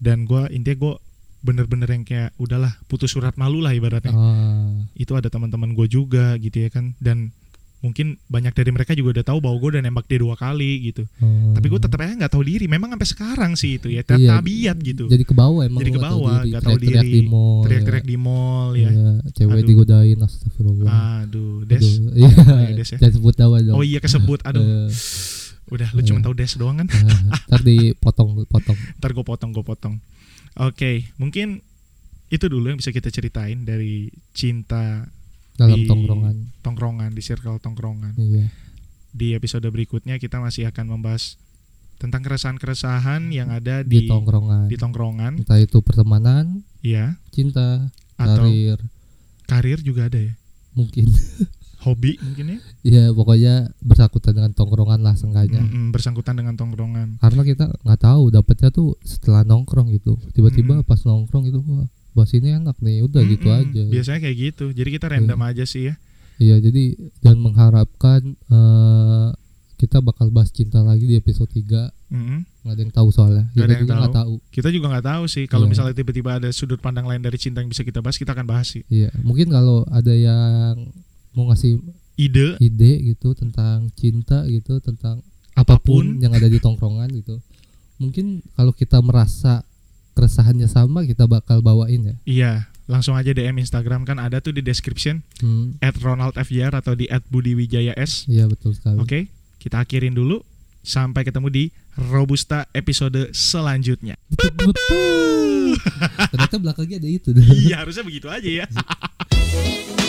Speaker 1: dan gue intinya gue bener-bener yang kayak udahlah putus surat malu lah ibaratnya
Speaker 2: Ah,
Speaker 1: itu ada teman-teman gue juga gitu ya kan dan mungkin banyak dari mereka juga udah tahu bahwa gue udah nembak dia dua kali gitu
Speaker 2: ah.
Speaker 1: tapi gue tetap aja nggak tahu diri memang sampai sekarang sih itu ya tetap
Speaker 2: Iya.
Speaker 1: tabiat gitu
Speaker 2: jadi ke bawah emang
Speaker 1: Jadi
Speaker 2: lu
Speaker 1: ke
Speaker 2: nggak tahu
Speaker 1: bawah,
Speaker 2: diri,
Speaker 1: nggak tahu
Speaker 2: teriak-teriak
Speaker 1: diri,
Speaker 2: di mall, ya.
Speaker 1: teriak-teriak di mall ya
Speaker 2: Iya, cewek
Speaker 1: Aduh.
Speaker 2: digodain astagfirullah
Speaker 1: aduh <laughs> des
Speaker 2: Aduh, <laughs> iya.
Speaker 1: Ayo, Des, ya.
Speaker 2: Jangan sebut nama dong.
Speaker 1: oh iya kesebut aduh
Speaker 2: Eh,
Speaker 1: udah lu cuma
Speaker 2: Iya.
Speaker 1: tahu des doang kan
Speaker 2: ah, <laughs> ntar dipotong potong.
Speaker 1: ntar gue potong gue potong oke mungkin itu dulu yang bisa kita ceritain dari cinta
Speaker 2: dalam
Speaker 1: Di-
Speaker 2: tongkrongan.
Speaker 1: tongkrongan di circle tongkrongan
Speaker 2: Iya.
Speaker 1: di episode berikutnya kita masih akan membahas tentang keresahan-keresahan yang ada
Speaker 2: Di,
Speaker 1: di
Speaker 2: tongkrongan.
Speaker 1: di tongkrongan
Speaker 2: Entah itu pertemanan,
Speaker 1: ya
Speaker 2: cinta,
Speaker 1: atau
Speaker 2: karir,
Speaker 1: karir juga ada ya
Speaker 2: mungkin. <laughs>
Speaker 1: hobi mungkin ya
Speaker 2: Iya, pokoknya bersangkutan dengan tongkrongan lah seenggaknya.
Speaker 1: Mm-mm, bersangkutan dengan tongkrongan
Speaker 2: Karena kita nggak tahu dapetnya tuh setelah nongkrong gitu. Tiba-tiba
Speaker 1: Mm-mm.
Speaker 2: pas nongkrong itu wah, bahas ini enak nih, udah gitu
Speaker 1: Mm-mm,
Speaker 2: aja.
Speaker 1: biasanya kayak gitu jadi kita random aja sih ya
Speaker 2: Iya, jadi jangan mengharapkan eh, kita bakal bahas cinta lagi di episode 3.
Speaker 1: Mm-mm.
Speaker 2: nggak ada yang tahu soalnya.
Speaker 1: Nggak ada
Speaker 2: Kita
Speaker 1: yang
Speaker 2: juga nggak tahu.
Speaker 1: kita juga nggak tahu sih kalau
Speaker 2: Iya.
Speaker 1: misalnya tiba-tiba ada sudut pandang lain dari cinta yang bisa kita bahas kita akan bahas sih
Speaker 2: Iya, mungkin kalau ada yang mau ngasih
Speaker 1: ide
Speaker 2: ide gitu tentang cinta gitu tentang
Speaker 1: Apapun.
Speaker 2: apapun, Iya, yang ada di tongkrongan gitu mungkin kalau kita merasa keresahannya sama kita bakal bawain ya
Speaker 1: iya langsung aja DM Instagram kan ada tuh di description
Speaker 2: Hmm,
Speaker 1: at Ronald FJR atau di at Budi Wijaya S
Speaker 2: iya betul sekali
Speaker 1: oke kita akhirin dulu sampai ketemu di Robusta episode selanjutnya
Speaker 2: <laughs> ternyata belakangnya ada itu
Speaker 1: iya harusnya begitu aja ya